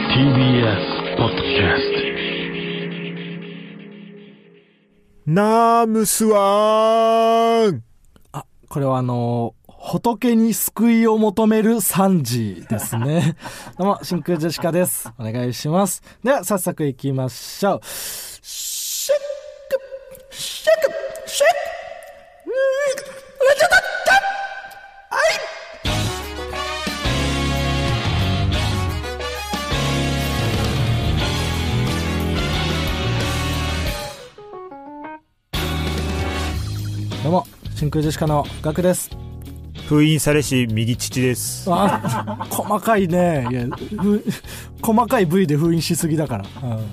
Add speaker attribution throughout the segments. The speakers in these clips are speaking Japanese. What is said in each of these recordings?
Speaker 1: TBS ポッドキャス
Speaker 2: ナームスワーン
Speaker 3: これはあのー仏に救いを求める惨事ですね。どうも、真空ジェシカです。お願いします。では、早速行きましょう。シェックシェックシェックどうも、真空ジェシカのガクです。
Speaker 2: 封印されし右乳です
Speaker 3: あ細かいねいやふ細かい部位で封印しすぎだから、うん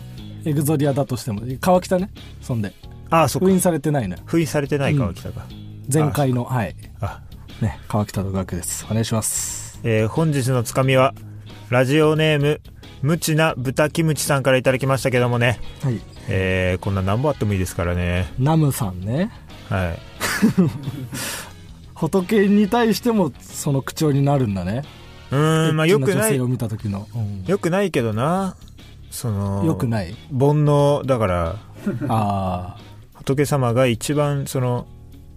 Speaker 3: エグゾディアだとしても川北ねそんで
Speaker 2: ああそ
Speaker 3: 封
Speaker 2: っか
Speaker 3: 印されてないのよ
Speaker 2: 封印されてない川北が、
Speaker 3: 前回のはい
Speaker 2: あ
Speaker 3: ね川北と学ですお願いします
Speaker 2: えー本日のつかみはラジオネーム無知な豚キムチさんからいただきましたけどもね、
Speaker 3: はい
Speaker 2: えーこんな何本あってもいいですからね
Speaker 3: ナムさんね
Speaker 2: はい
Speaker 3: 仏に対してもその口調になるんだね
Speaker 2: うーんまあよく
Speaker 3: エッチ
Speaker 2: な
Speaker 3: 女
Speaker 2: い
Speaker 3: 性を見た時の、うん
Speaker 2: よくないけどなその
Speaker 3: よくない
Speaker 2: 煩悩だから
Speaker 3: あ
Speaker 2: 仏様が一番その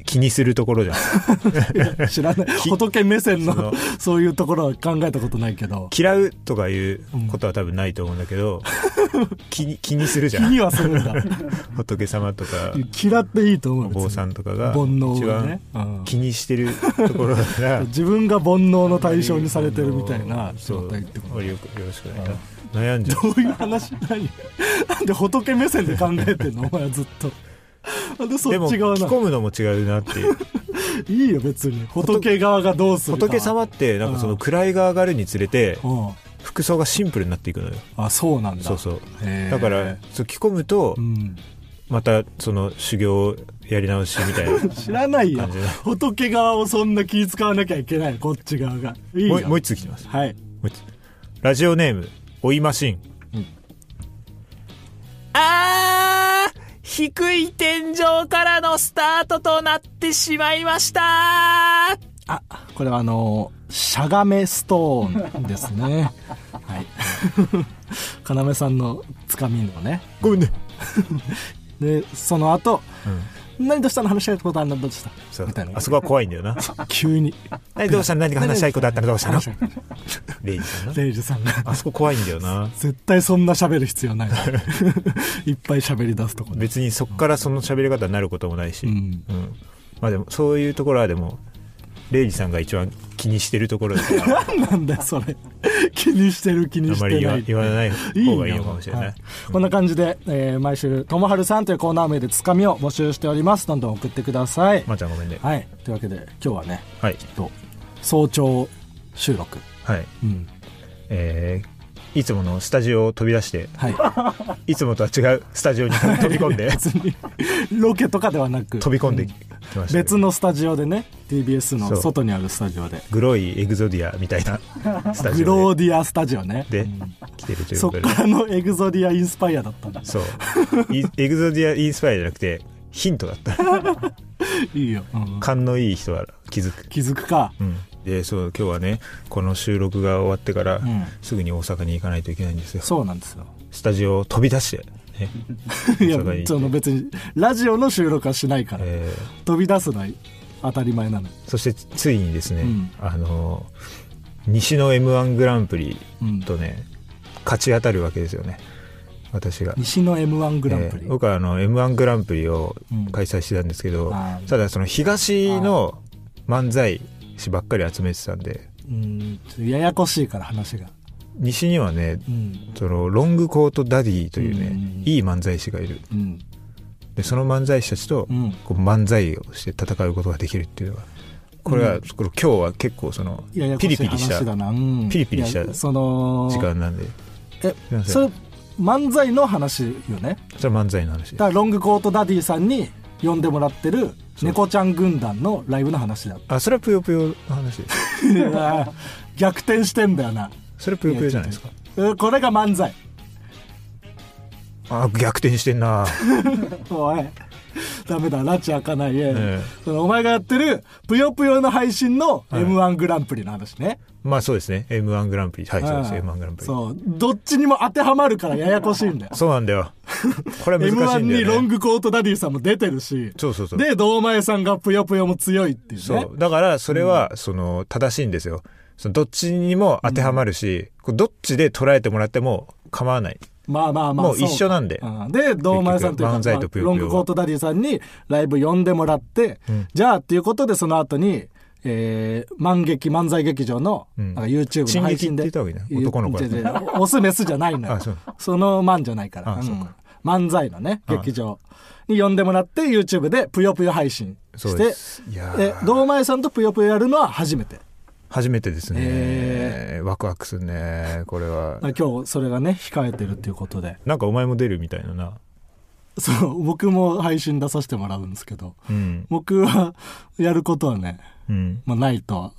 Speaker 2: 気にするとこ ろじゃん
Speaker 3: あ知らない 仏目線
Speaker 2: そ の
Speaker 3: のそういうところは考えたことないけど
Speaker 2: 嫌うとかいうことは多分ないと思うんだけ ど、気に気にするじ
Speaker 3: 気
Speaker 2: ゃん
Speaker 3: にはするんだ
Speaker 2: 仏様とか
Speaker 3: 嫌っていいと思う
Speaker 2: お坊さんとかが
Speaker 3: 煩
Speaker 2: 一
Speaker 3: 悩を
Speaker 2: 番
Speaker 3: ね、うん
Speaker 2: 気にしてるところだから
Speaker 3: 自分が 煩悩の対象にされてるみたいな
Speaker 2: そ
Speaker 3: 状
Speaker 2: う
Speaker 3: 態ってこと
Speaker 2: 俺よくよろしくないな悩んじゃう
Speaker 3: どういう話何なんで仏目線で考えてんのお前はずっとなんで
Speaker 2: で
Speaker 3: そっ
Speaker 2: も着
Speaker 3: ち側なの
Speaker 2: 込むのも違うな っていう
Speaker 3: いいよ別に仏側がどうするか
Speaker 2: 仏様ってなんかその位が上がるにつれて
Speaker 3: うん
Speaker 2: 服装がシンプルになっていくのよ
Speaker 3: あそうなんだ
Speaker 2: そうそう
Speaker 3: へー
Speaker 2: だからそう着込むと
Speaker 3: うん
Speaker 2: またその修行をやり直しみたいな
Speaker 3: 知ら ないよ
Speaker 2: 感じだ
Speaker 3: 仏側をそんな気使わなきゃいけないこっち側がいい
Speaker 2: も
Speaker 3: よ
Speaker 2: うもう一つ来てます
Speaker 3: は
Speaker 2: も
Speaker 3: い
Speaker 2: う一つラジオネーム追いマシン
Speaker 4: あー低い天井からのスタートとなってしまいました
Speaker 3: あこれはあのーしゃがめストーンです ねはい 要さんのつかみのね
Speaker 2: ごめんね
Speaker 3: でその後、
Speaker 2: うん
Speaker 3: 何としたの話したいことあんだどうした
Speaker 2: そう
Speaker 3: みたいな
Speaker 2: あそこは怖いんだよ な
Speaker 3: 急に
Speaker 2: 何どうしたの何か話したいことあったらどうしたの
Speaker 3: 話したい
Speaker 2: レイジさんな
Speaker 3: レイジさんが
Speaker 2: あそこ怖いんだよな
Speaker 3: 絶対そんな喋る必要ない いっぱい喋り出すとこで、
Speaker 2: 別にそっからその喋り方になることもないし、
Speaker 3: う
Speaker 2: うん
Speaker 3: ん、
Speaker 2: まあでもそういうところはでもレイジさんが一番気にしてるところだから
Speaker 3: 何なんだよそれ気にしてる 気
Speaker 2: あ
Speaker 3: に
Speaker 2: ん
Speaker 3: し
Speaker 2: まり
Speaker 3: て
Speaker 2: 言
Speaker 3: な
Speaker 2: わ
Speaker 3: い
Speaker 2: 言わない方がいいのかもしれない
Speaker 3: はこんな感じで、えー毎週「ともはるさん」というコーナー名でつかみを募集しておりますどんどん送ってください、
Speaker 2: まーちゃんごめんねはい
Speaker 3: はいというわけで今日はね
Speaker 2: はい、
Speaker 3: えっと早朝収録うん
Speaker 2: えーいつものスタジオを飛び出して
Speaker 3: はい
Speaker 2: いつもとは違うスタジオに飛び込んで
Speaker 3: 別にロケとかではなく
Speaker 2: 飛び込んで
Speaker 3: う
Speaker 2: きました
Speaker 3: 別のスタジオでね TBS
Speaker 2: そ
Speaker 3: の
Speaker 2: う
Speaker 3: 外にあるスタジオで
Speaker 2: グロいエグゾディアみたいなスタジ
Speaker 3: グロ
Speaker 2: オ
Speaker 3: ーディアスタジオね
Speaker 2: でで
Speaker 3: うん
Speaker 2: 来てるという
Speaker 3: そ
Speaker 2: こ
Speaker 3: っ
Speaker 2: とで
Speaker 3: からのエグゾディアインスパイアだっ たんだ
Speaker 2: そういエグゾディアインスパイアじゃなくてヒントだ った
Speaker 3: いいよ、うん
Speaker 2: 勘のいい人は気づく
Speaker 3: 気づくか
Speaker 2: うん、でそう今日はねこの収録が終わってから、
Speaker 3: ん
Speaker 2: すぐに大阪に行かないといけないんですよ
Speaker 3: そうなんですよ
Speaker 2: スタジオを飛び出して、ね
Speaker 3: いや
Speaker 2: 大阪に行って
Speaker 3: その別にラジオの収録はしないから、
Speaker 2: え
Speaker 3: 飛び出すのは当たり前なの
Speaker 2: ーそしてつついにですね、
Speaker 3: うん
Speaker 2: あのー西の m 1グランプリ
Speaker 3: うん
Speaker 2: とね、勝ち当たるわけですよね私が。
Speaker 3: 西の m 1グランプリ、
Speaker 2: えー僕はあの m 1グランプリを
Speaker 3: うん
Speaker 2: 開催してたんですけど、
Speaker 3: あー
Speaker 2: ただその東の漫才師ばっかり集めてたんで
Speaker 3: うんちょっとややこしいから話が
Speaker 2: 西にはね
Speaker 3: うん
Speaker 2: そのロングコートダディというね、
Speaker 3: うん
Speaker 2: いい漫才師がいる
Speaker 3: うん
Speaker 2: でその漫才師たちと
Speaker 3: うん
Speaker 2: こう漫才をして戦うことができるっていうのがこれは、
Speaker 3: うん
Speaker 2: これ今日は結構その
Speaker 3: ややこ
Speaker 2: ピ
Speaker 3: し
Speaker 2: リ
Speaker 3: い
Speaker 2: ピリした
Speaker 3: 話だな、うん
Speaker 2: ピリピリした
Speaker 3: いやその
Speaker 2: 時間なんで
Speaker 3: え
Speaker 2: みません
Speaker 3: それ漫才の話よね
Speaker 2: それは漫才の話
Speaker 3: だからロングコートダディさんに呼んでもらってる猫ちゃん軍団のライブの話 だ
Speaker 2: あそれはぷよぷよの話です
Speaker 3: いや逆転してんだよな
Speaker 2: それぷよぷよじゃないで すか
Speaker 3: うんこれが漫才
Speaker 2: あ逆転してんな
Speaker 3: おいダメだ、拉致開かない。え
Speaker 2: え
Speaker 3: そのお前がやってる、ぷよぷよの配信の
Speaker 2: い
Speaker 3: M1 グランプリの話ね。
Speaker 2: まあそうですね m 1グランプリはいそうです
Speaker 3: うん
Speaker 2: m 1グランプリ
Speaker 3: そう。どっちにも当てはまるからややこしいんだよ。
Speaker 2: そうなんだよこれは難
Speaker 3: M1
Speaker 2: しいんだ
Speaker 3: にロ
Speaker 2: よ
Speaker 3: ン
Speaker 2: ね
Speaker 3: グコートダディさんも出てるし、
Speaker 2: そうそうそう
Speaker 3: で、堂前さんがぷよぷよも強いっていうね。
Speaker 2: そうだからそれはその正しいんですよそのどっちにも当てはまるし、こうどっちで捉えてもらっても構わない
Speaker 3: まあまあまあ。
Speaker 2: もう一緒なんで
Speaker 3: そうかうんで、堂前さんというか
Speaker 2: 結局漫才とぷよぷ
Speaker 3: ロ
Speaker 2: よは
Speaker 3: ングコートダディさんにライブ呼んでもらって、
Speaker 2: うん
Speaker 3: じゃあっていうことでその後に、えー、万劇漫才劇場の、
Speaker 2: うん
Speaker 3: なんか YouTube の
Speaker 2: 進撃
Speaker 3: 配
Speaker 2: って
Speaker 3: 信で。
Speaker 2: 言った方がいいな男の子だ
Speaker 3: いやいやいやオスメスじゃないの よ
Speaker 2: あそう。
Speaker 3: その漫じゃないから。
Speaker 2: あそうか
Speaker 3: うん漫才のね、
Speaker 2: あ
Speaker 3: 劇場に呼んでもらって、YouTube でぷよぷよ配信
Speaker 2: そう
Speaker 3: し
Speaker 2: で
Speaker 3: て、
Speaker 2: すいや
Speaker 3: で
Speaker 2: ー
Speaker 3: 堂前さんとぷよぷよやるのは初めて。
Speaker 2: 初めてですね、
Speaker 3: へ
Speaker 2: ワクワクするねこれは
Speaker 3: 今日それがね、控えてるっていうことで。
Speaker 2: なんかお前も出るみたいなな
Speaker 3: そう、僕も配信出させてもらうんですけど。
Speaker 2: うん
Speaker 3: 僕はやることはね、
Speaker 2: うん
Speaker 3: まあ、ないとは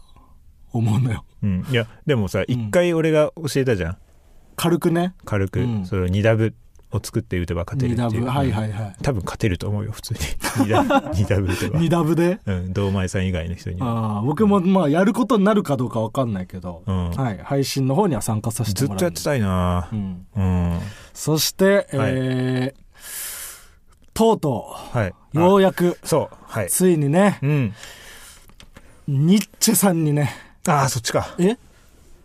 Speaker 3: 思うのよ
Speaker 2: うんいやでもさ一回俺が教えたじゃん
Speaker 3: 軽くね
Speaker 2: 軽く、
Speaker 3: うん
Speaker 2: それを2ダブを作って打てば勝てる
Speaker 3: 2
Speaker 2: って
Speaker 3: ダ
Speaker 2: い
Speaker 3: ブ
Speaker 2: う
Speaker 3: はいはいはい
Speaker 2: 多分勝てると思うよ 普通に2ダブ2ダブ打てば
Speaker 3: 2ダブで
Speaker 2: うん堂前さん以外の人には
Speaker 3: ああ僕もまあやることになるかどうか分かんないけど、
Speaker 2: うん
Speaker 3: はい、配信の方には参加させて
Speaker 2: ずっ
Speaker 3: もらう
Speaker 2: とやってたいな
Speaker 3: うん、
Speaker 2: うん、
Speaker 3: そして、えーとうと
Speaker 2: はい。
Speaker 3: うよ
Speaker 2: あ
Speaker 3: うやく
Speaker 2: そう、はい。
Speaker 3: ついにね
Speaker 2: うん。
Speaker 3: ニッチェさんにね
Speaker 2: ああ、そっちか。
Speaker 3: え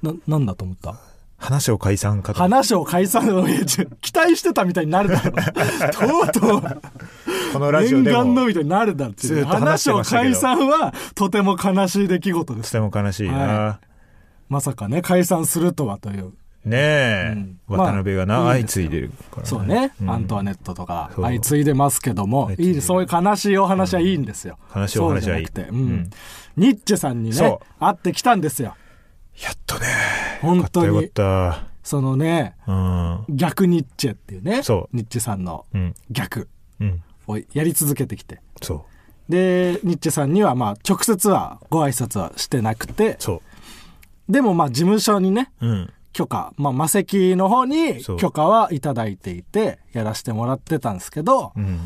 Speaker 3: ななんだと思った
Speaker 2: 話を解散かと。
Speaker 3: 話を解散を 期待してたみたいになるだろ とうとう
Speaker 2: このラジオ
Speaker 3: 念
Speaker 2: で
Speaker 3: 願の
Speaker 2: も。
Speaker 3: みたいになるだろっていう
Speaker 2: ずっと話し
Speaker 3: 話
Speaker 2: て
Speaker 3: を
Speaker 2: ましたけ
Speaker 3: 解
Speaker 2: ど
Speaker 3: 散はとても悲しい出来事で
Speaker 2: と
Speaker 3: す
Speaker 2: ても悲しいな。
Speaker 3: はまさかね解散するとはという
Speaker 2: ねえ、
Speaker 3: うん
Speaker 2: 渡辺がな、
Speaker 3: まあい
Speaker 2: 相
Speaker 3: いです
Speaker 2: 次
Speaker 3: よ
Speaker 2: いでるから、
Speaker 3: そうね、
Speaker 2: ん
Speaker 3: アントワネットとか
Speaker 2: そう
Speaker 3: 相次いでますけども
Speaker 2: 相次い
Speaker 3: い
Speaker 2: で
Speaker 3: いそういう悲しいお話はいいんですよ、
Speaker 2: 悲しいお話はいい
Speaker 3: そうじゃなくて、
Speaker 2: う
Speaker 3: うん
Speaker 2: ん
Speaker 3: ニッチェさんにね
Speaker 2: そ
Speaker 3: 会ってきたんですよ
Speaker 2: やっとね。
Speaker 3: 本当
Speaker 2: よかっ
Speaker 3: に
Speaker 2: たよかっ
Speaker 3: そのね
Speaker 2: た。うん。
Speaker 3: 逆ニッチェっていうね
Speaker 2: そ
Speaker 3: ニッチェさんの
Speaker 2: うん。
Speaker 3: 逆
Speaker 2: うん。
Speaker 3: をやり続けてきて
Speaker 2: そう。
Speaker 3: でニッチェさんにはまあ直接はご挨拶はしてなくて
Speaker 2: そ
Speaker 3: でもまあ事務所にね
Speaker 2: う。うん。
Speaker 3: 許可、まあ、魔石の方に
Speaker 2: そう
Speaker 3: 許可はいただいていて、やらせてもらってたんですけど、
Speaker 2: うん。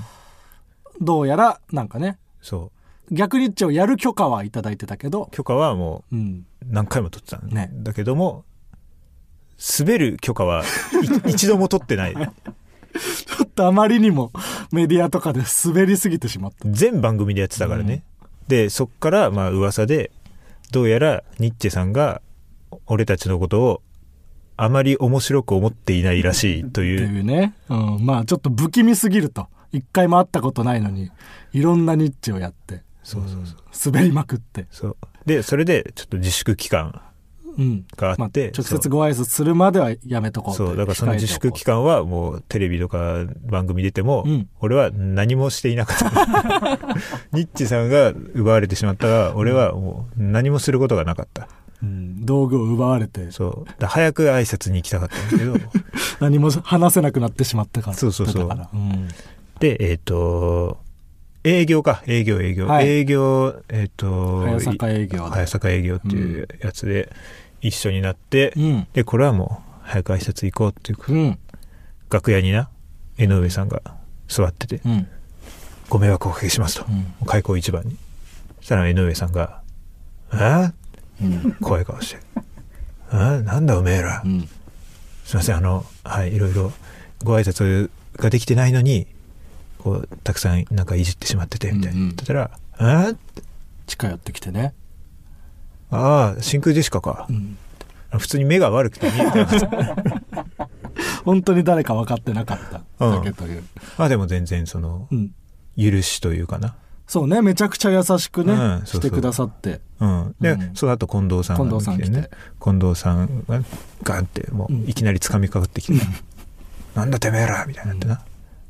Speaker 3: どうやら、なんかね、
Speaker 2: そ
Speaker 3: 逆立地をやる許可はいただいてたけど
Speaker 2: う。、許可はもう
Speaker 3: うん。
Speaker 2: 何回も取ってたん
Speaker 3: ね
Speaker 2: だけども、滑る許可はい一度も取ってない。
Speaker 3: ちょっとあまりにもメディアとかで滑りすぎてしまった。
Speaker 2: 全番組でやってたからね、でそっからまあ噂でどうやらニッチェさんが俺たちのことをあまり面白く思っていないらしいと
Speaker 3: って
Speaker 2: いう
Speaker 3: いうね。うん。まあちょっと不気味すぎると。一回も会ったことないのに、いろんなニッチをやって、
Speaker 2: そうそうそう
Speaker 3: 滑りまくって。
Speaker 2: そうでそれでちょっと自粛期間
Speaker 3: うん。
Speaker 2: があって、
Speaker 3: 直接ご挨拶するまではやめとこう
Speaker 2: そうそうだからその自粛期
Speaker 3: 間。
Speaker 2: 間はもうテレビとか番組出ても、
Speaker 3: うん
Speaker 2: 俺は何もしていなかった ニッチェさんが奪われてしまったが俺はもう何もすることがなかった
Speaker 3: うん。道具を奪われて、
Speaker 2: そうだから早く挨拶に行きたかったんだけど
Speaker 3: 何も話せなくなってしまったから。
Speaker 2: そうそうそう
Speaker 3: だからうん
Speaker 2: で、えっ、と、営業か、営業、営業。
Speaker 3: はい
Speaker 2: 営業、えっ、と、
Speaker 3: 早坂営業
Speaker 2: い
Speaker 3: で
Speaker 2: 早。坂営業っていうやつで一緒になって、
Speaker 3: うん。
Speaker 2: で、これはもう、早く挨拶行こうっていうか、
Speaker 3: うん。
Speaker 2: 楽屋にな、江上さんが座ってて、
Speaker 3: うん。
Speaker 2: ご迷惑をおかけしますと、
Speaker 3: うん
Speaker 2: 開口一番に。そしたら江上さんが、えー怖い顔して、えーなんだおめえら、
Speaker 3: うん。
Speaker 2: すいませんあのはいいろいろご挨拶ができてないのにこうたくさんなんかいじってしまっててみたいな
Speaker 3: うんうん
Speaker 2: 言ってたら「えー
Speaker 3: 近寄ってきてね。
Speaker 2: ああ真空ジェシカか」
Speaker 3: うん。
Speaker 2: 普通に目が 悪くて見えてなかった
Speaker 3: 本当に誰か分かってなかっただけという。
Speaker 2: まあでも全然その
Speaker 3: うん。
Speaker 2: 許しというかな
Speaker 3: そうね、めちゃくちゃ優しくね、
Speaker 2: うんそうそう
Speaker 3: してくださって。
Speaker 2: うんで、
Speaker 3: うん
Speaker 2: その後近藤さんが来てね近藤さんがガンってもういきなり掴みかかってきて、なんだてめえらみたいになってな、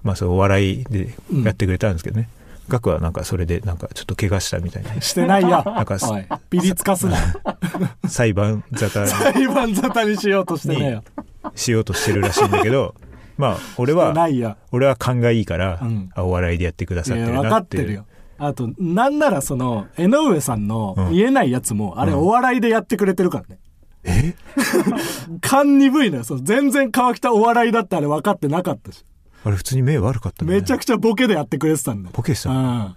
Speaker 2: まあそうお笑いでやってくれたんですけどね、ガクはなんかそれでなんかちょっと怪我したみた いな
Speaker 3: してないよ。
Speaker 2: なんか
Speaker 3: おい、ピリつかすな。
Speaker 2: 裁判沙汰
Speaker 3: 裁判沙汰にしようとしてねえよ。
Speaker 2: しようとしてるらしいんだけ どまあ俺
Speaker 3: してな
Speaker 2: はい
Speaker 3: よ。
Speaker 2: 俺は勘がいいから、
Speaker 3: うん
Speaker 2: あお笑いでやってくだ
Speaker 3: い
Speaker 2: さっ
Speaker 3: や
Speaker 2: てる
Speaker 3: 分
Speaker 2: な
Speaker 3: か
Speaker 2: っ
Speaker 3: ってて
Speaker 2: いう
Speaker 3: るよ。あと、なんならその、江上さんの
Speaker 2: うん
Speaker 3: 言えないやつも、あれお笑いでやってくれてるからね。 え勘鈍いのよ。そう全然川北お笑いだってあれ分かってなかったし。
Speaker 2: あれ普通に目悪かったね
Speaker 3: めちゃくちゃボケでやってくれてたんだよ
Speaker 2: ボケてた
Speaker 3: うん、
Speaker 2: の
Speaker 3: だか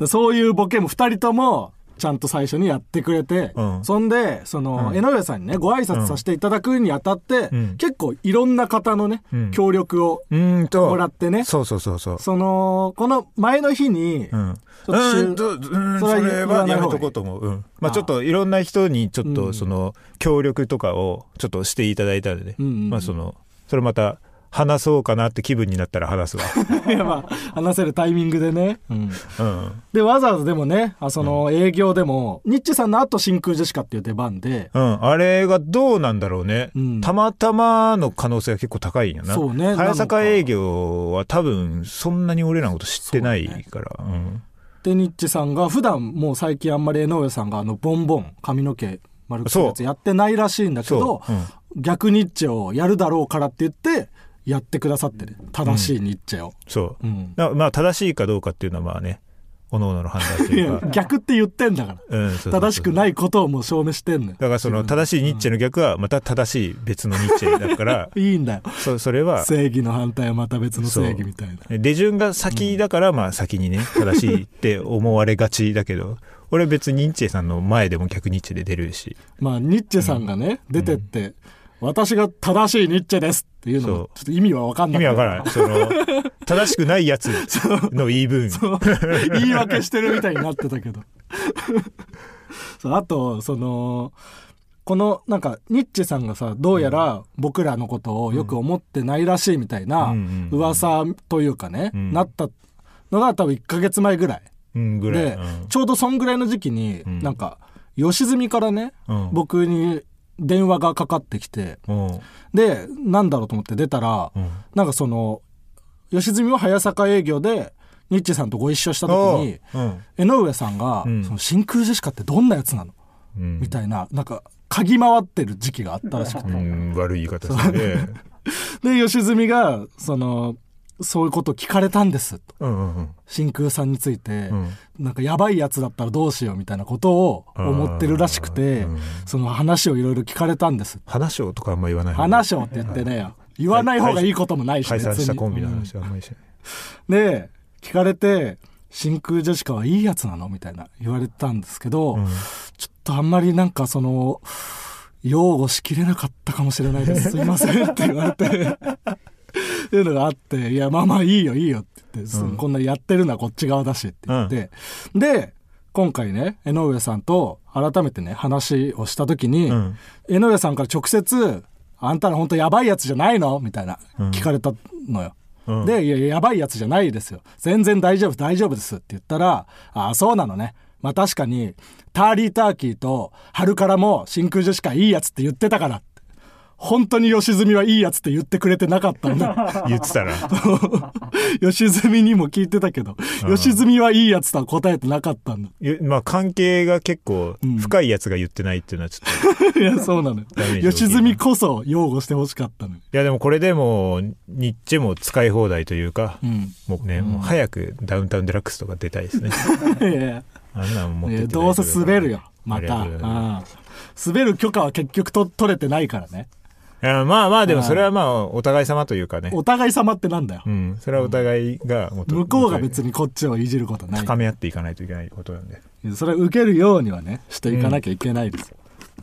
Speaker 3: らそういうボケも2人ともちゃんと最初にやってくれて、
Speaker 2: うん
Speaker 3: そんでその、
Speaker 2: うん
Speaker 3: 江上さんにねご挨拶させていただくにあたって、
Speaker 2: うん
Speaker 3: 結構いろんな方のね、
Speaker 2: うん
Speaker 3: 協力を
Speaker 2: うーんと
Speaker 3: もらってね
Speaker 2: そうそうそうそう
Speaker 3: そのこの前の日に、
Speaker 2: うん、う
Speaker 3: ちょっとしゅ
Speaker 2: ーんとうーん
Speaker 3: それは
Speaker 2: そ
Speaker 3: 言
Speaker 2: れは
Speaker 3: 言わない
Speaker 2: や
Speaker 3: 方がい
Speaker 2: め
Speaker 3: い
Speaker 2: とこうと思う、うんま
Speaker 3: あ
Speaker 2: あ、
Speaker 3: あ
Speaker 2: ちょっといろんな人にちょっ
Speaker 3: うん
Speaker 2: とその協力とかをちょっとしていただいたので、ね
Speaker 3: うんうんうん
Speaker 2: まあ、そのそれまた話そうかなって気分になったら話 すわ、
Speaker 3: いやまあ話せるタイミングでね、
Speaker 2: うん
Speaker 3: でわざわざでもねあその営業でも、ニッチさんの後真空ジェシカっていう出番で、
Speaker 2: うん、あれがどうなんだろうね、
Speaker 3: うん
Speaker 2: たまたまの可能性が結構高いんやな
Speaker 3: そうね
Speaker 2: 早坂営業は多分そんなに俺らのこと知ってないからう,、
Speaker 3: でニッチさんが普段もう最近あんまり江上さんがあのボンボン髪の毛丸くするやつ
Speaker 2: そう
Speaker 3: やってないらしいんだ
Speaker 2: ん
Speaker 3: けど
Speaker 2: そう、うん
Speaker 3: 逆ニッチェをやるだろうからって言ってやってくださってる正しいニッチェを、
Speaker 2: そう
Speaker 3: うん
Speaker 2: なまあ正しいかどうかっていうのはまあねおののの判断って
Speaker 3: い
Speaker 2: いう
Speaker 3: や
Speaker 2: か、
Speaker 3: 逆って言ってんだから
Speaker 2: うん、そうそうそう
Speaker 3: 正しくないことをもう証明してんのよ
Speaker 2: だからその正しいニッチェの逆はまた正しい別のニッチェだから
Speaker 3: いいんだよ
Speaker 2: そそれは
Speaker 3: 正義の反対はまた別の正義みたいな
Speaker 2: 出順が先だからまあ先にね正しいって思われがちだけど俺は別にニッチェさんの前でも逆ニッチェで出るし
Speaker 3: まあニッチェさんがね、出てって、私が正しいニッチェですっていうのも
Speaker 2: そう
Speaker 3: ちょっと意味は分かん
Speaker 2: 意
Speaker 3: ない
Speaker 2: 味わ からんその正しくないやつ の言い分
Speaker 3: 言い訳してるみたいになってたけど そうあとそのこのなんかニッチェさんがさどうやら僕らのことをよく思ってないらしいみたいな
Speaker 2: うんうんうん
Speaker 3: 噂というかね、
Speaker 2: うん
Speaker 3: なったのが多分1ヶ月前ぐらい
Speaker 2: うんぐらい、
Speaker 3: で、
Speaker 2: うん
Speaker 3: ちょうどそんぐらいの時期に、
Speaker 2: うん
Speaker 3: なんか吉住からね、
Speaker 2: うん
Speaker 3: 僕に電話がかかってきて
Speaker 2: うん
Speaker 3: でなんだろうと思って出たら、
Speaker 2: うん
Speaker 3: なんかその吉住は早坂営業でニッチェさんとご一緒した時に
Speaker 2: うん
Speaker 3: 江上さんが、
Speaker 2: うん
Speaker 3: その真空ジェシカってどんなやつなの
Speaker 2: うん
Speaker 3: みたいななんか嗅ぎ回ってる時期があったらしくて、
Speaker 2: うん悪い言い方ですね
Speaker 3: で吉住がそのそういうこと聞かれたんですと
Speaker 2: うんうんうん
Speaker 3: 真空さんについて、
Speaker 2: うん
Speaker 3: なんかやばいやつだったらどうしようみたいなことを思ってるらしくて、
Speaker 2: うん
Speaker 3: その話をいろいろ聞かれたんです
Speaker 2: 話しようとかあんま言わない方がいい
Speaker 3: 話をって言ってね、言わない方がいいこともないし、
Speaker 2: 解散したコンビの
Speaker 3: 別に
Speaker 2: 話はあんまりしない
Speaker 3: で聞かれて「真空ジェシカはいいやつなの?」みたいな言われたんですけど、
Speaker 2: うん
Speaker 3: ちょっとあんまりなんかその擁護しきれなかったかもしれないですすいま せんって言われてっていうのがあって「いやまあまあいいよいいよ」って言って、そのこんなやってるのはこっち側だしって言って、で今回ね江上さんと改めてね話をした時に、
Speaker 2: うん
Speaker 3: 江上さんから直接「あんたら本当やばいやつじゃないの?」みたいな
Speaker 2: うん
Speaker 3: 聞かれたのよ。
Speaker 2: うん
Speaker 3: で、いや、やばいやつじゃないですよ。全然大丈夫、大丈夫ですって言ったら、ああ、そうなのね。まあ確かに、ターリーターキーと、春からも真空ジェシカいいやつって言ってたからって。本当に吉住はいいやつって言ってくれてなかった んだ。
Speaker 2: 言ってたら
Speaker 3: 吉住にも聞いてたけど、
Speaker 2: ん
Speaker 3: 吉住はいいやつとは答えてなかったんだ。
Speaker 2: ゆまあ関係が結構深いやつが言ってないっていうのはちょっと、い
Speaker 3: いや、そうなのよ
Speaker 2: ダメージ大きいな
Speaker 3: 吉住こそ擁護してほしかったのよ。
Speaker 2: やでもこれでもうニッチェも使い放題というか、
Speaker 3: うん。
Speaker 2: もうね、もう早くダウンタウンデラックスとか出たいですね
Speaker 3: いやいや
Speaker 2: あんなん持っ
Speaker 3: い
Speaker 2: てっ
Speaker 3: や
Speaker 2: て
Speaker 3: どうせ滑るよ、ま
Speaker 2: あ
Speaker 3: た。う
Speaker 2: りがとうご
Speaker 3: ん
Speaker 2: ざいま
Speaker 3: 滑る許可は結局と取れてないからね。
Speaker 2: すいやまあまあでもそれはまあお互い様というかね
Speaker 3: お互い様ってなんだよ
Speaker 2: う。んそれはお互いがもっと
Speaker 3: 向こうが別
Speaker 2: に
Speaker 3: にこっちをいじることない
Speaker 2: 高め合っていかないといけないことなんで
Speaker 3: それは受けるようにはねしていかなきゃいけないです、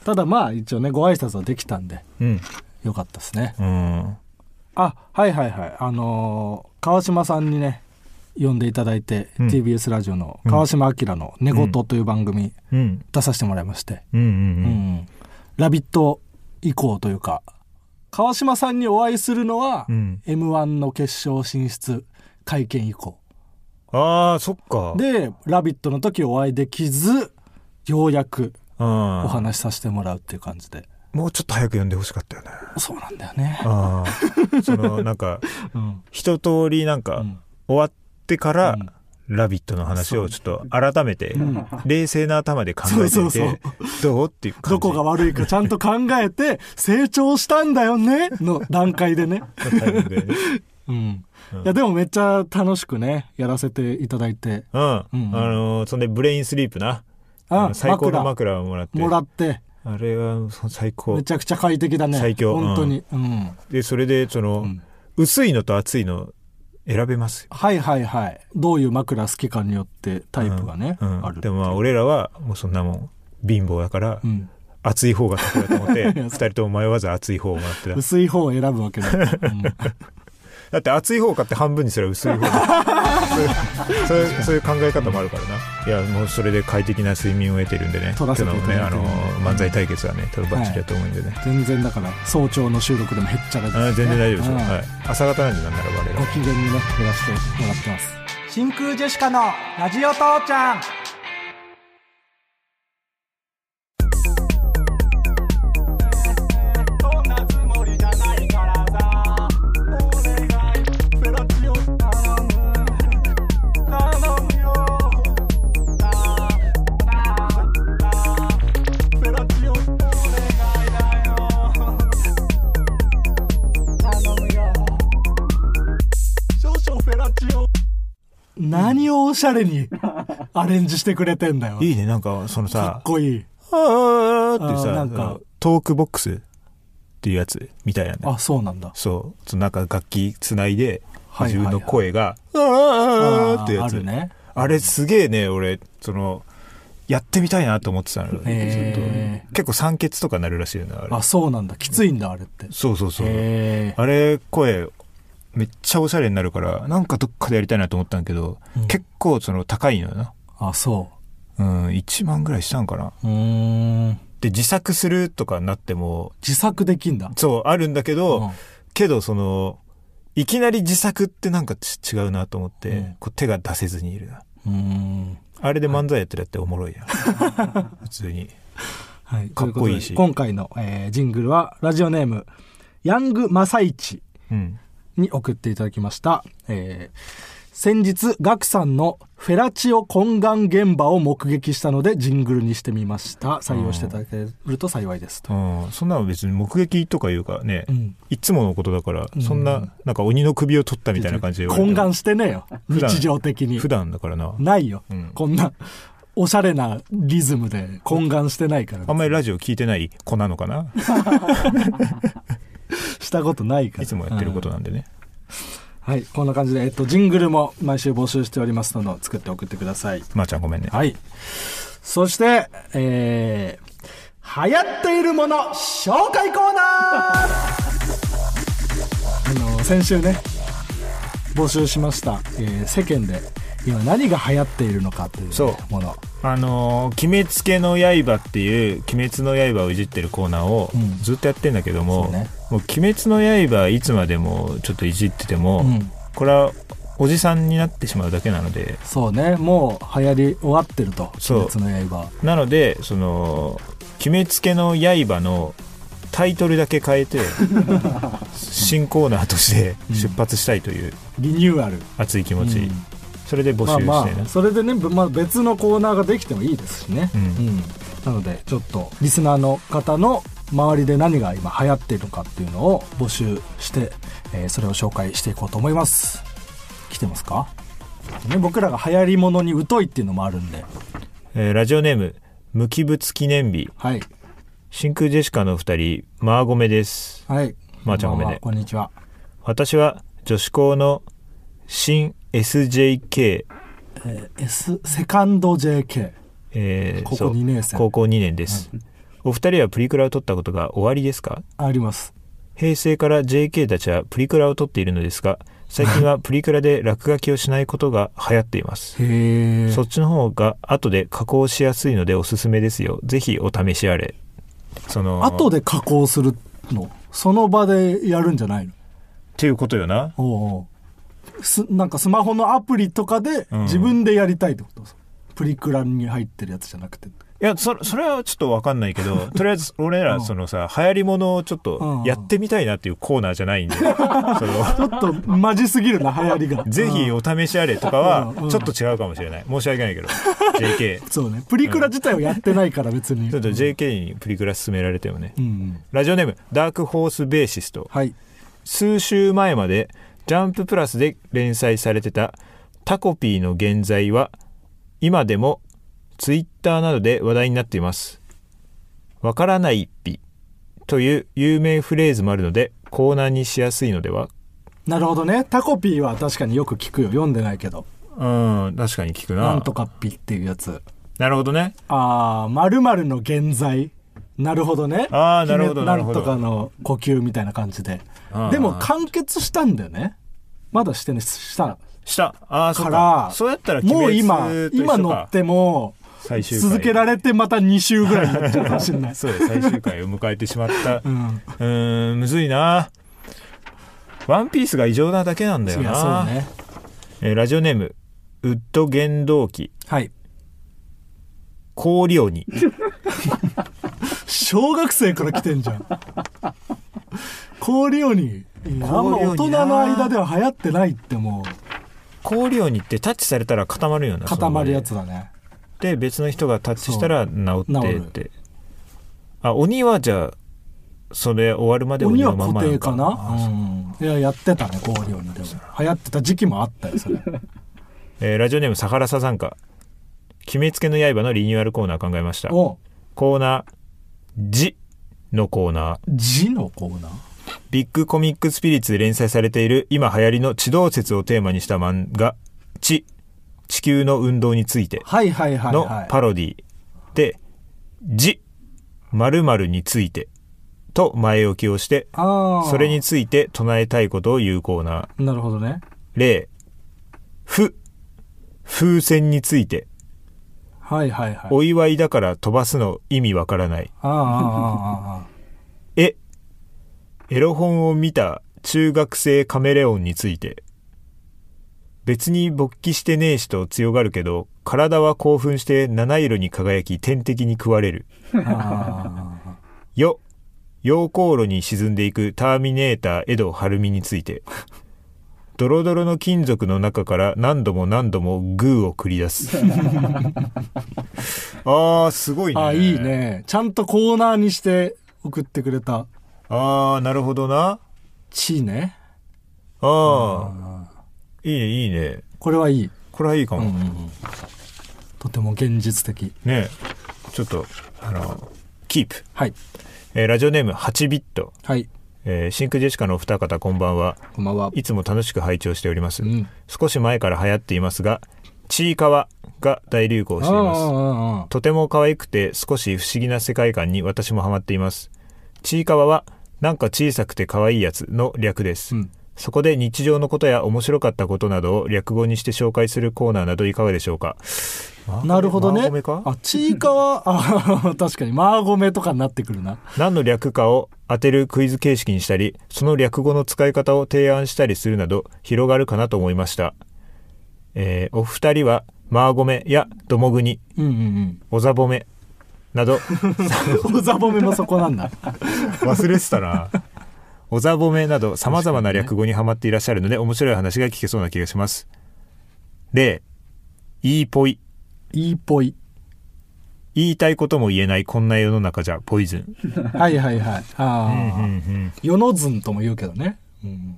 Speaker 3: ただまあ一応ねご挨拶はできたんで
Speaker 2: うん
Speaker 3: よかったですね
Speaker 2: うん
Speaker 3: あはいはいはいあのー川島さんにね呼んでいただいて、
Speaker 2: うん
Speaker 3: TBS ラジオの川島明の「寝言」という番組
Speaker 2: うん
Speaker 3: 出させてもらいまして、
Speaker 2: うんうん
Speaker 3: う
Speaker 2: うんん
Speaker 3: ラビット!」以降というか川島さんにお会いするのは、
Speaker 2: うん
Speaker 3: m 1の決勝進出会見以降
Speaker 2: ああそっか
Speaker 3: で「ラビット!」の時お会いできずようやく
Speaker 2: うん
Speaker 3: お話しさせてもらうっていう感じで
Speaker 2: もうちょっと早く読んでほしかったよね
Speaker 3: そうなんだよね、
Speaker 2: ああ そのなんか
Speaker 3: うん
Speaker 2: 一通りなんか、
Speaker 3: うん
Speaker 2: 終わってから
Speaker 3: うん
Speaker 2: 「ラビット!」の話をちょっと改めて、冷静な頭で考えて
Speaker 3: そう
Speaker 2: み
Speaker 3: そう
Speaker 2: てどうっていう感
Speaker 3: ど
Speaker 2: じ
Speaker 3: こが悪いかちゃんと考えて成長したんだよねの段階でね、
Speaker 2: のタイミングでね
Speaker 3: うん、いやでもめっちゃ楽しくねやらせていただいて
Speaker 2: うん、あ
Speaker 3: うん
Speaker 2: のーそんでブレインスリープなあの最高の枕をもらって
Speaker 3: もらって
Speaker 2: あれはそ最高
Speaker 3: めちゃくちゃ快適だね
Speaker 2: 最強
Speaker 3: 本当に、うん
Speaker 2: でそれでその、
Speaker 3: ん
Speaker 2: 薄いのと熱いの選べますよ
Speaker 3: はいはいはいどういう枕好きかによってタイプがね、
Speaker 2: うんうん
Speaker 3: ある
Speaker 2: でもまあ俺らはもうそんなもん貧乏だから、
Speaker 3: うん
Speaker 2: 熱い方が得意だと 思って二人とも迷わず熱い方をもらってた
Speaker 3: 薄い方を選ぶ わけだ、うん
Speaker 2: だって熱い方買って半分にすれば薄い方 がそういうそういう考え方もあるからないやもうそれで快適な睡眠を得てるんでね
Speaker 3: 取らせて
Speaker 2: 今日の
Speaker 3: い
Speaker 2: ねあ
Speaker 3: ただいてる
Speaker 2: の漫才対決はね多分バッチリだと思うんでね、
Speaker 3: 全然だから早朝の収録でもへっちゃらです、ね、
Speaker 2: あ全然大丈夫ですよ、
Speaker 3: うん
Speaker 2: はい、朝方なんでなんなら我
Speaker 3: ご
Speaker 2: 々
Speaker 3: 機嫌にね減らしてもらってます真空ジェシカのラジオ父ちゃん何をおしゃれにアレンジしてくれてんだよ
Speaker 2: いいねなんかその
Speaker 3: かっ
Speaker 2: さ
Speaker 3: こいい
Speaker 2: 「あー」って
Speaker 3: あー
Speaker 2: さ
Speaker 3: なんか
Speaker 2: あのトークボックスっていうやつみたいなんだよ
Speaker 3: あそうなんだ
Speaker 2: そうそのなんか楽器つないで
Speaker 3: はいはい
Speaker 2: 自分
Speaker 3: はい
Speaker 2: の声が「あーあーあー」って
Speaker 3: あ
Speaker 2: や
Speaker 3: あ
Speaker 2: つ
Speaker 3: るね
Speaker 2: あれすげえね、俺、その、やってみたいなと思ってたのよ。
Speaker 3: へー
Speaker 2: ずっと結構酸欠とかなるらしいよね、あれ
Speaker 3: あ。そうなんだきついんだあれって
Speaker 2: そうそうそう。
Speaker 3: へ
Speaker 2: あれ、声、めっちゃおしゃれになるから、なんかどっかでやりたいなと思ったんだけど、
Speaker 3: うん
Speaker 2: 結構その高いのよな。
Speaker 3: ーあそ
Speaker 2: うん、1万ぐらいしたんかな。
Speaker 3: ううーん
Speaker 2: で、自作するとかになっても、
Speaker 3: 自作できんだ
Speaker 2: そう、あるんだけど、
Speaker 3: うん
Speaker 2: けどその、いきなり自作ってなんかち違うなと思って、
Speaker 3: うん
Speaker 2: こう手が出せずにいるな。
Speaker 3: うーん
Speaker 2: あれで漫才やってるやっておもろい やん。普通に。
Speaker 3: はい、
Speaker 2: かっこいいし
Speaker 3: とうとで今回の、えージングルはラジオネームヤングマサイチ
Speaker 2: うん。
Speaker 3: に送っていただきました、えー先日ガクさんのフェラチオ懇願現場を目撃したのでジングルにしてみました採用していただけると幸いですと、
Speaker 2: うん、そんなの別に目撃とかいうかね、
Speaker 3: うん
Speaker 2: いつものことだから、
Speaker 3: ん
Speaker 2: そんな、なんか鬼の首を取ったみたいな感じで言われて
Speaker 3: 懇
Speaker 2: も
Speaker 3: 願してねえよ
Speaker 2: 普段
Speaker 3: 日常的に
Speaker 2: 普段だからな。
Speaker 3: ないよ、
Speaker 2: うん
Speaker 3: こんなおしゃれなリズムで懇願してないから
Speaker 2: あんまりラジオ聞いてない子なのかな
Speaker 3: したことないから
Speaker 2: いつもやってることなんでね。
Speaker 3: はいこんな感じで、えっと、ジングルも毎週募集しておりますので作って送ってください
Speaker 2: まー、ちゃんごめんね。
Speaker 3: はい。そして、えー、流行っているもの紹介コーナーあの、先週ね、募集しました、えー世間で今何が流行っているのかというね、
Speaker 2: そう
Speaker 3: もの。
Speaker 2: あのー鬼滅系の刃っていう、鬼滅の刃をいじってるコーナーを
Speaker 3: うん
Speaker 2: ずっとやってんだけど
Speaker 3: そ
Speaker 2: も、
Speaker 3: うね
Speaker 2: もう鬼滅の刃いつまでもちょっといじってても、
Speaker 3: うん
Speaker 2: これはおじさんになってしまうだけなので、
Speaker 3: そうね、もう流行り終わってると、
Speaker 2: そう
Speaker 3: 鬼滅の刃。
Speaker 2: なのでその「鬼滅家の刃」のタイトルだけ変え て新コーナーとして出発したいという
Speaker 3: リニューアル。
Speaker 2: 熱い気持ち、
Speaker 3: うん
Speaker 2: それで募集
Speaker 3: まあ
Speaker 2: してね、
Speaker 3: まあ、それでね、ぶまあ、別のコーナーができてもいいですしね。
Speaker 2: うん
Speaker 3: うんなのでちょっとリスナーの方の周りで何が今流行っているのかっていうのを募集して、えーそれを紹介していこうと思います来てますか、ね、僕らが流行りものに疎いっていうのもあるんで
Speaker 2: えーラジオネーム「無機物記念日
Speaker 3: はい」
Speaker 2: 真空ジェシカの2人マーゴメです
Speaker 3: はい
Speaker 2: まーちゃん
Speaker 3: こば
Speaker 2: ごめんね
Speaker 3: こんにちは
Speaker 2: 私は女子校の新 SJK、
Speaker 3: S セカンド JK
Speaker 2: えー
Speaker 3: 高校
Speaker 2: そう
Speaker 3: 2年生
Speaker 2: 高校2年です、お二人はプリクラを取ったことが終わりですか
Speaker 3: あります
Speaker 2: 平成から JK たちはプリクラを撮っているのですが最近はプリクラで落書きをしないことが流行っています
Speaker 3: へえ
Speaker 2: そっちの方が後で加工しやすいのでおすすめですよぜひお試しあれその
Speaker 3: 後
Speaker 2: っ
Speaker 3: で加工するのその場でやるんじゃないの
Speaker 2: ていうことよな
Speaker 3: おうおうすなんかスマホのアプリとかで
Speaker 2: うん
Speaker 3: 自分でやりたいってこと、プリクラに入ってるやつじゃなくて
Speaker 2: いやそそれはちょっと分かんないけどとりあえず俺らそのさ流行りものをちょっとやってみたいなっていうコーナーじゃないん でそ
Speaker 3: ちょ
Speaker 2: の
Speaker 3: っとマジすぎるな流行りが
Speaker 2: ぜひ
Speaker 3: うん
Speaker 2: お試しあれとかは
Speaker 3: うんうん
Speaker 2: ちょっと違うかもしれない申し訳ないけど JK
Speaker 3: そうねプリクラ自体はやってないから別に
Speaker 2: ちょっと JK にプリクラ勧められてもね
Speaker 3: うんうん
Speaker 2: ラジオネームダークホースベーシスト
Speaker 3: はい
Speaker 2: 数週前までジャンププラスで連載されてたタコピーの現在は今でもツイッターなどで話題になっています。わからない一匹という有名フレーズもあるのでコーナーにしやすいのでは
Speaker 3: なるほどねタコピーは確かによく聞くよ読んでないけど
Speaker 2: うん確かに聞くな
Speaker 3: なんとかピっていうやつ
Speaker 2: なるほどね
Speaker 3: ああ〇〇の現在なるほどね
Speaker 2: あーなるほど
Speaker 3: ひね
Speaker 2: なるほど
Speaker 3: んとかの呼吸みたいな感じで
Speaker 2: あー
Speaker 3: でも完結したんだよねまだしてねした
Speaker 2: したああそ
Speaker 3: か
Speaker 2: う
Speaker 3: ら
Speaker 2: かそうやったら
Speaker 3: もう今
Speaker 2: 鬼滅と一緒か
Speaker 3: 今乗っても
Speaker 2: 最終回
Speaker 3: 続けられてまた2週ぐらいになっちゃうかもしれない
Speaker 2: そうです最終回を迎えてしまったう
Speaker 3: うん
Speaker 2: ーんむずいなワンピースが異常なだけなんだよ
Speaker 3: いやそう
Speaker 2: な、
Speaker 3: ね
Speaker 2: えーラジオネームウッド原動機
Speaker 3: はい
Speaker 2: 氷 鬼
Speaker 3: 小学生から来てんじゃ ん氷鬼あんま大人の間では流行ってないってもう
Speaker 2: 氷鬼ってタッチされたら固まるような
Speaker 3: 固まるや
Speaker 2: そ
Speaker 3: つ
Speaker 2: の
Speaker 3: だね
Speaker 2: 場でで別の人がタッチしたら治
Speaker 3: そう
Speaker 2: っ
Speaker 3: 治
Speaker 2: て
Speaker 3: る
Speaker 2: ってあ鬼はじゃあそれ終わるまで
Speaker 3: 鬼は
Speaker 2: のまんま
Speaker 3: 固定かな
Speaker 2: あそう
Speaker 3: うん、いややってたね氷鬼でも流行ってた時期もあったよそれ
Speaker 2: えーラジオネームサハラサさんか決めつけの刃のリニューアルコーナー考えました
Speaker 3: お
Speaker 2: コーナー「じ」のコーナー
Speaker 3: 字のコーナー
Speaker 2: ビッグコミックスピリッツで連載されている今流行りの地動説をテーマにした漫画「地」地球の運動について
Speaker 3: はいはいはい
Speaker 2: の
Speaker 3: はい
Speaker 2: パロディで「じ」〇〇についてと前置きをして
Speaker 3: あー
Speaker 2: それについて唱えたいことを言うコーナー
Speaker 3: なるほどね
Speaker 2: 例「ふ」風船について
Speaker 3: はいはいはい
Speaker 2: お祝いだから飛ばすの意味わからない
Speaker 3: あーあーあーあーあ
Speaker 2: えエロ本を見た中学生カメレオンについて別に勃起してねえしと強がるけど体は興奮して七色に輝き天敵に食われる
Speaker 3: ーあー
Speaker 2: よ溶鉱炉に沈んでいくターミネーター江戸晴美についてドロドロの金属の中から何度も何度もグーを繰り出 すあーすごいね
Speaker 3: あいいねちゃんとコーナーにして送ってくれた
Speaker 2: ああなるほどな
Speaker 3: 地ね
Speaker 2: ああ。いいね、いいね。
Speaker 3: これはいい、
Speaker 2: これはいいかも。
Speaker 3: うんうんうんとても現実的
Speaker 2: ねちょっと、あの、キープ。
Speaker 3: はい
Speaker 2: えーラジオネーム8ビット。
Speaker 3: はい
Speaker 2: えーシンクジェシカのお二方こんばんは。
Speaker 3: こんばんはい
Speaker 2: つも楽しく拝聴しております。
Speaker 3: うん
Speaker 2: 少し前から流行っていますが、ちいかわが大流行してい
Speaker 3: あー
Speaker 2: ます。
Speaker 3: あーあ
Speaker 2: とても可愛くて少し不思議な世界観に私もハマっています。ちいかわは、なんか小さくて可愛いやつの略です。
Speaker 3: ーうん
Speaker 2: そこで日常のことや面白かったことなどを略語にして紹介するコーナーなどいかがでしょうか。
Speaker 3: なるほど
Speaker 2: マー
Speaker 3: ね
Speaker 2: ゴメか
Speaker 3: あちいかわあ確かにマーゴ メとかになってくるな
Speaker 2: 何の略かを当てるクイズ形式にしたり、その略語の使い方を提案したりするなど広がるかなと思いました。えーお二人はマーゴメやドモグニ、
Speaker 3: うんうん
Speaker 2: おざぼめな ど
Speaker 3: うんおざぼめもそこなんだ
Speaker 2: 忘れてたな。おざぼめなど様々な略語にはまっていらっしゃるので面白い話が聞けそうな気がします。例、いいぽい。
Speaker 3: いいぽい
Speaker 2: 言いたいことも言えないこんな世の中じゃポイズン。
Speaker 3: はいはいはいああ世のずんとも言うけどねうん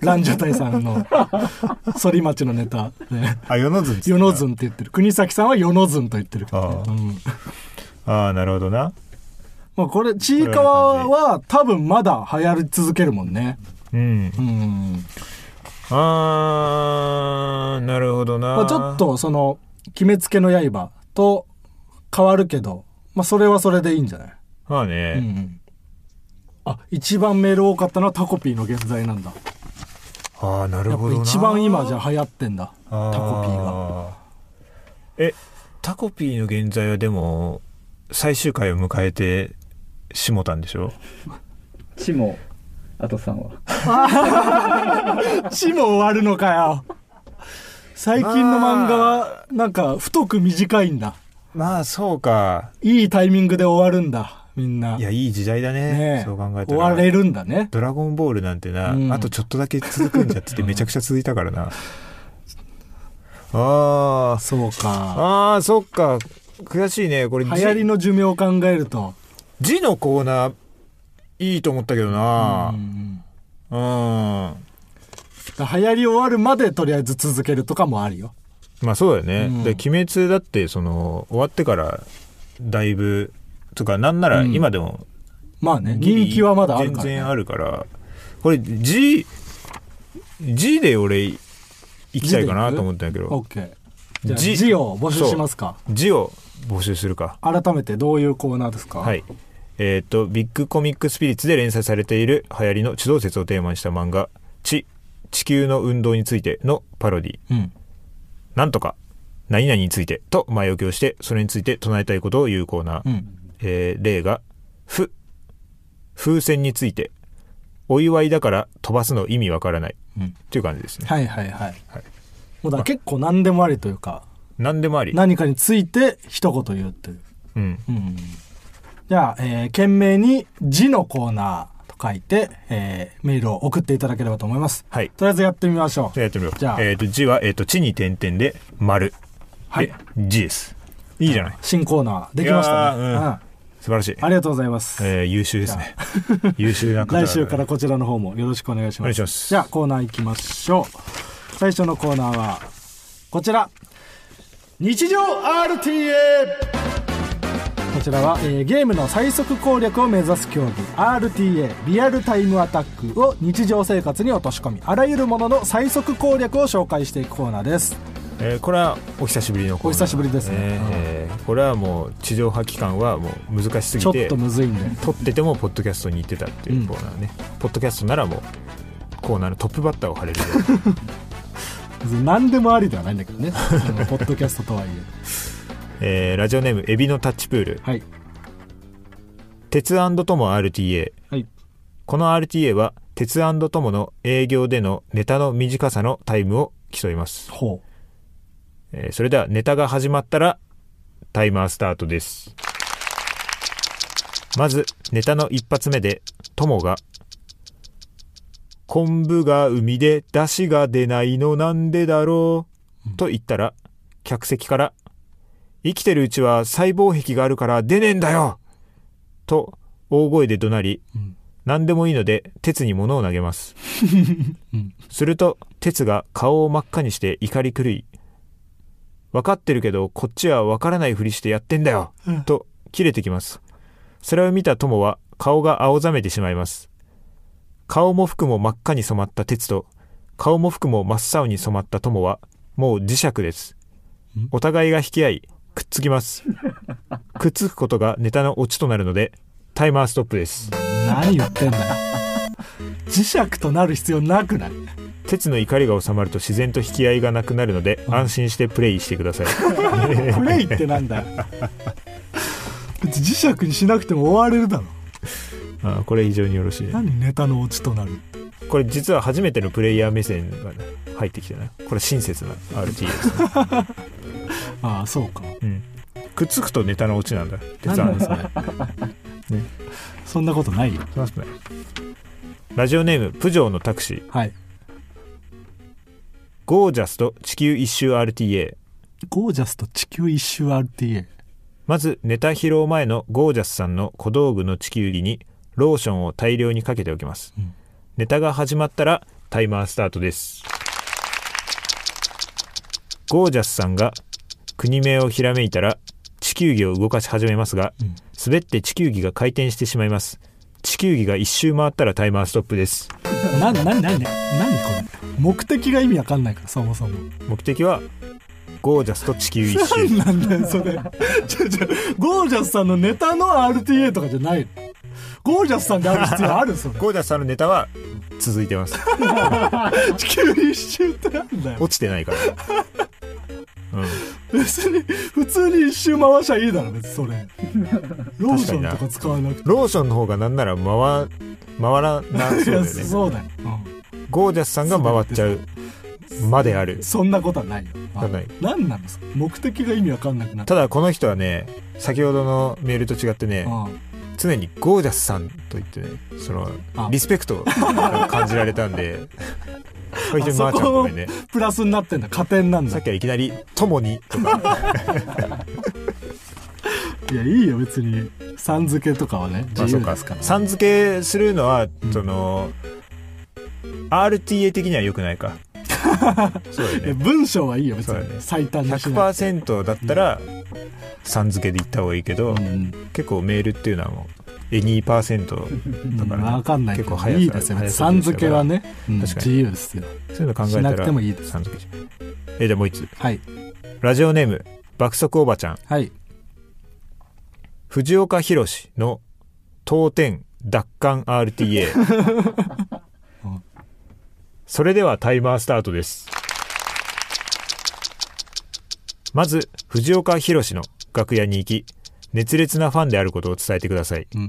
Speaker 3: ランジャタイさんの反町のネタで
Speaker 2: あ、世のずんっ
Speaker 3: 「
Speaker 2: つった
Speaker 3: 世のずん」って言ってる国崎さんは「世のずん」と言ってるけどね、
Speaker 2: あー
Speaker 3: うん
Speaker 2: ああ、なるほどな。
Speaker 3: まあ、これちいかわは多分まだ流行り続けるもんね
Speaker 2: うん。
Speaker 3: うん
Speaker 2: ああ、なるほどな。
Speaker 3: まあ、ちょっ。とその「決めつけの刃」と変わるけど、まあ、それはそれでいいんじゃない、
Speaker 2: まあ
Speaker 3: うんう
Speaker 2: ね。
Speaker 3: んあ一番メール多かったのはタコピーの現在なんだ
Speaker 2: ああ、なる
Speaker 3: やっ
Speaker 2: ほ
Speaker 3: ぱ
Speaker 2: どな。
Speaker 3: 一番今じゃ流行ってんだタ
Speaker 2: あー、
Speaker 3: コピーが
Speaker 2: え、タコピーの現在はでも、最終回を迎えて、しもたんでしょ
Speaker 5: ちもあとさんは
Speaker 3: ちも終わるのかよ最近の漫画はなんか太く短いんだ
Speaker 2: まあ、そうか。
Speaker 3: いいタイミングで終わるんだみんない
Speaker 2: や、いい時代だね。
Speaker 3: ねえ
Speaker 2: そう考えた
Speaker 3: 終
Speaker 2: ら。
Speaker 3: われるんだね
Speaker 2: ドラゴンボールなんてな、
Speaker 3: うん
Speaker 2: あとちょっとだけ続くんじゃっててめちゃくちゃ続いたからな。あー、
Speaker 3: そうか
Speaker 2: あー、そっか。悔しいね。これ、
Speaker 3: 流行りの寿命を考えると
Speaker 2: 字のコーナー、いいと思ったけどな
Speaker 3: う。ん
Speaker 2: うん。
Speaker 3: 流行り終わるまでとりあえず続けるとかもあるよ
Speaker 2: まあそうだよね。
Speaker 3: うん
Speaker 2: で、鬼滅だって、その、終わってから、だいぶ、とか、なんなら
Speaker 3: うん
Speaker 2: 今でも、
Speaker 3: まあね人気はまだあるから、ね、
Speaker 2: 全然あるから。これ、字、 G で俺行きたいかなと思ったんやけど
Speaker 3: OK じゃあ
Speaker 2: じ
Speaker 3: 字を募集しますか
Speaker 2: G を募集するか
Speaker 3: 改めてどういうコーナーですか
Speaker 2: はいえっ、とビッグコミックスピリッツで連載されている流行りの地動説をテーマにした漫画「地地球の運動について」のパロディ
Speaker 3: うん
Speaker 2: なんとか何々についてと前置きをしてそれについて唱えたいことを言うコーナー、
Speaker 3: うん
Speaker 2: えー例が「ふ」風船についてお祝いだから飛ばすの意味わからない
Speaker 3: うん
Speaker 2: っていう感じですね、
Speaker 3: はいはいはい
Speaker 2: はい
Speaker 3: もうだから結構何でもありというか
Speaker 2: 何でもあり
Speaker 3: 何かについて一言言うっていう
Speaker 2: うん
Speaker 3: うんじゃあ、えー、懸命に「字のコーナー」と書いて、えーメールを送っていただければと思います
Speaker 2: はい
Speaker 3: とりあえずやってみましょ
Speaker 2: じゃあ
Speaker 3: う
Speaker 2: やってみよう
Speaker 3: じゃあ
Speaker 2: えっ、と字は、えー、と地に点々で丸
Speaker 3: はい
Speaker 2: で字ですいいじゃない
Speaker 3: 新コーナーできましたね、
Speaker 2: いやーうん素晴らしい
Speaker 3: ありがとうございます、
Speaker 2: えー優秀ですね優秀な方
Speaker 3: 来週からこちらの方もよろしくお願いします
Speaker 2: お願いします
Speaker 3: じゃあコーナー行きましょう最初のコーナーはこちら日常 RTA こちらは、えーゲームの最速攻略を目指す競技 RTA リアルタイムアタックを日常生活に落とし込みあらゆるものの最速攻略を紹介していくコーナーです
Speaker 2: えーこれはお久しぶりのコーナー
Speaker 3: お久しぶりですねうん
Speaker 2: えーこれはもう地上波期間はもう難しすぎ
Speaker 3: ちょってとむずいんで
Speaker 2: 撮っててもポッドキャストに行ってたっていうコーナーね、ポッドキャストならもうコーナーのトップバッターを張れるよ うな
Speaker 3: 別に何でもありではないんだけどねうんポッドキャストとはいえ
Speaker 2: えーラジオネームエビのタッチプール
Speaker 3: はい
Speaker 2: 鉄とも RTA
Speaker 3: はい
Speaker 2: この RTA は鉄ともの営業でのネタの短さのタイムを競います、
Speaker 3: ほ
Speaker 2: えーそれではネタが始まったらタイマースタートですまずネタの一発目でともが「昆布が海で出汁が出ないのなんでだろう」と言ったら客席から「生きてるうちは細胞壁があるから出ねえんだよ!」と大声で怒鳴り、
Speaker 3: うん
Speaker 2: 何でもいいので鉄に物を投げます、すると鉄が顔を真っ赤にして怒り狂い分かってるけどこっちは分からないふりしてやってんだよ、と切れてきますそれを見た友は顔が青ざめてしまいます顔も服も真っ赤に染まった鉄と顔も服も真っ青に染まった友はもう磁石ですお互いが引き合いくっつきますくっつくことがネタのオチとなるのでタイマーストップです
Speaker 3: う何言ってんだよ 磁石となる必要な くない
Speaker 2: 鉄の怒りが収まると自然と引き合いがなくなるので安心してプレイしてください
Speaker 3: プレイってなんだよ別に磁石にしなくても終われるだろ
Speaker 2: あこれ非常によろしいね
Speaker 3: 何ネタのオチとなる
Speaker 2: これ実は初めてのプレイヤー目線がね入ってきてないこれ親切な RT ですね、
Speaker 3: ああそうか
Speaker 2: うん、くっつくとネタのオチなんだ鉄
Speaker 3: なん
Speaker 2: 腕です
Speaker 3: でそれ
Speaker 2: ね
Speaker 3: そんなことないよ
Speaker 2: そうですねラジオネームプジョーのタクシー
Speaker 3: はい
Speaker 2: ゴージャスと地球一周 RTA
Speaker 3: ゴージャスと地球一周 RTA
Speaker 2: まずネタ披露前のゴージャスさんの小道具の地球儀にローションを大量にかけておきます、
Speaker 3: うん
Speaker 2: ネタが始まったらタイマースタートですゴージャスさんが国名をひらめいたら地球儀を動かし始めますが、
Speaker 3: うん
Speaker 2: 滑って地球儀が回転してしまいます地球儀が一周回ったらタイマーストップです
Speaker 3: ななな何何これ目的が意味わかんないからそもそも
Speaker 2: 目的はゴージャスと地球一周
Speaker 3: 何 なんだよそれちょちょゴージャスさんのネタの RTA とかじゃないのゴージャスさんである必要あるそれ
Speaker 2: ゴージャスさんのネタは続いてます
Speaker 3: 地球一周ってなんだよ
Speaker 2: 落ちてないから、うん
Speaker 3: 別に普通に一周回しゃいいだろ別に それローションとか使わなくて
Speaker 2: ローションの方がなんなら回回らなそうだよ
Speaker 3: いや
Speaker 2: ね
Speaker 3: そうだよ、
Speaker 2: ゴージャスさんが回っちゃうまである
Speaker 3: うんそんなことはないよ
Speaker 2: はない
Speaker 3: 何なのそれ目的が意味わかんなくなった
Speaker 2: ただこの人はね先ほどのメールと違ってね
Speaker 3: うん
Speaker 2: 常にゴージャスさんと言ってねその
Speaker 3: あ
Speaker 2: リスペク トを感じられたんでこれ非常にまーちゃんごめんね
Speaker 3: プラスになってんだ加点なん
Speaker 2: さ
Speaker 3: だ
Speaker 2: っきはいきなり「ともに」とか
Speaker 3: いやいいよ別にさん付けとかはね自
Speaker 2: まあそう
Speaker 3: 由ですから、
Speaker 2: さん付けするのは
Speaker 3: ん
Speaker 2: その RTA 的には良くないかそうだ
Speaker 3: いや
Speaker 2: よね
Speaker 3: 文章はいいよ別
Speaker 2: そうだ
Speaker 3: に
Speaker 2: ね
Speaker 3: 最短にしなくて
Speaker 2: 100%だったらさん付けで言った方がいいけど、
Speaker 3: うん
Speaker 2: 結構メールっていうのはもうえ2%だから、
Speaker 3: うんわかんないけ
Speaker 2: 結
Speaker 3: ど
Speaker 2: 構早さ
Speaker 3: いいですよ
Speaker 2: 早
Speaker 3: さん付けはね、うん
Speaker 2: 確か
Speaker 3: 自
Speaker 2: に
Speaker 3: 由ですよ
Speaker 2: そういうの考えた
Speaker 3: し
Speaker 2: ら
Speaker 3: なくてもいいです
Speaker 2: さん付けじゃんえじゃあもう一つ
Speaker 3: はい
Speaker 2: ラジオネーム爆速おばちゃん
Speaker 3: はい
Speaker 2: 藤岡弘の当店奪還 RTA それではタイマースタートですまず藤岡弘の楽屋に行き熱烈なファンであることを伝えてください
Speaker 3: うん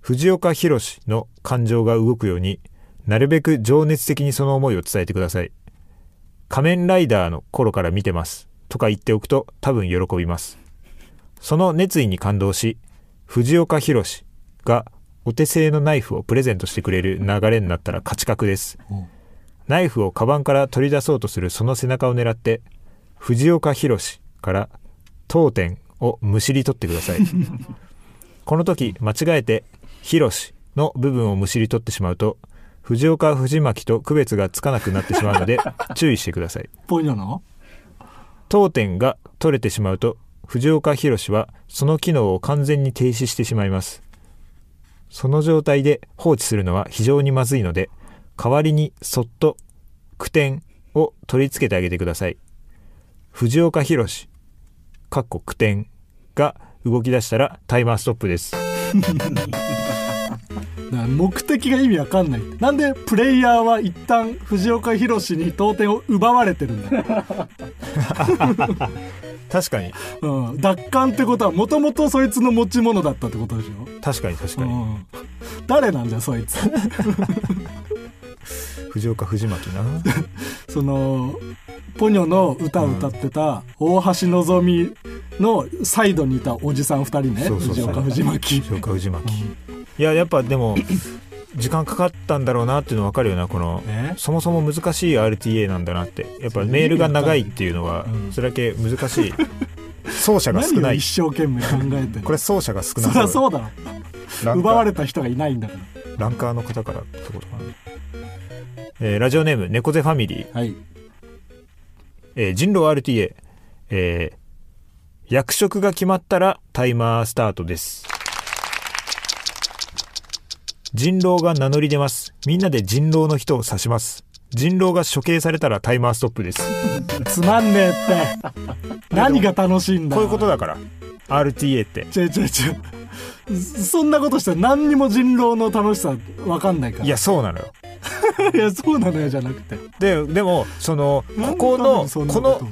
Speaker 2: 藤岡弘の感情が動くようになるべく情熱的にその思いを伝えてください仮面ライダーの頃から見てますとか言っておくと多分喜びますその熱意に感動し藤岡弘がお手製のナイフをプレゼントしてくれる流れになったら勝ち確です
Speaker 3: お
Speaker 2: ナイフをカバンから取り出そうとするその背中を狙って藤岡弘から当店をむしり取ってくださいこの時間違えて「弘」の部分をむしり取ってしまうと藤岡藤巻と区別がつかなくなってしまうので注意してください
Speaker 3: ぽいなの
Speaker 2: 当店が取れてしまうと藤岡弘はその機能を完全に停止してしまいますその状態で放置するのは非常にまずいので代わりにそっと句点を取り付けてあげてください藤岡弘かっこ句点が動き出したらタイマーストップです
Speaker 3: な目的が意味わかんないなんでプレイヤーは一旦藤岡弘に当店を奪われてるん だ、
Speaker 2: 確かに
Speaker 3: うん、奪還ってことはもともとそいつの持ち物だったってことでし
Speaker 2: 確かに確
Speaker 3: ょ、
Speaker 2: か
Speaker 3: う
Speaker 2: に、
Speaker 3: ん、誰なんだよそいつ
Speaker 2: 藤岡藤巻な
Speaker 3: そのポニョの歌を歌ってた大橋のぞみのサイドにいたおじさん2人ね
Speaker 2: そうそうそう
Speaker 3: 藤岡藤巻
Speaker 2: 藤岡藤巻、いややっぱでも時間かかったんだろうなっていうの分かるよなこの
Speaker 3: ね
Speaker 2: そもそも難しい RTA なんだなってやっぱメールが長いっていうのは
Speaker 3: うん
Speaker 2: それだけ難しい走者が少
Speaker 3: 何
Speaker 2: な
Speaker 3: を
Speaker 2: い
Speaker 3: 一生懸命考えてる
Speaker 2: これ走者が少な
Speaker 3: そりゃ
Speaker 2: い
Speaker 3: そうだろ奪われた人がいないんだから
Speaker 2: ランカーの方からってことかな、えーラジオネーム猫背ファミリー、
Speaker 3: はい
Speaker 2: えー人狼 RTA、えー役職が決まったらタイマースタートです人狼が名乗り出ますみんなで人狼の人を指します人狼が処刑されたらタイマーストップです
Speaker 3: つまん ねえって何が楽しいんだ
Speaker 2: こういうことだから RTA って
Speaker 3: ちょいちょいちょいそんなことしたら何にも人狼の楽しさわかんないから
Speaker 2: いやそうなのよ
Speaker 3: いやそうなのよじゃなくて
Speaker 2: ででもそのここ
Speaker 3: なん
Speaker 2: の
Speaker 3: でそんな
Speaker 2: こ
Speaker 3: と
Speaker 2: の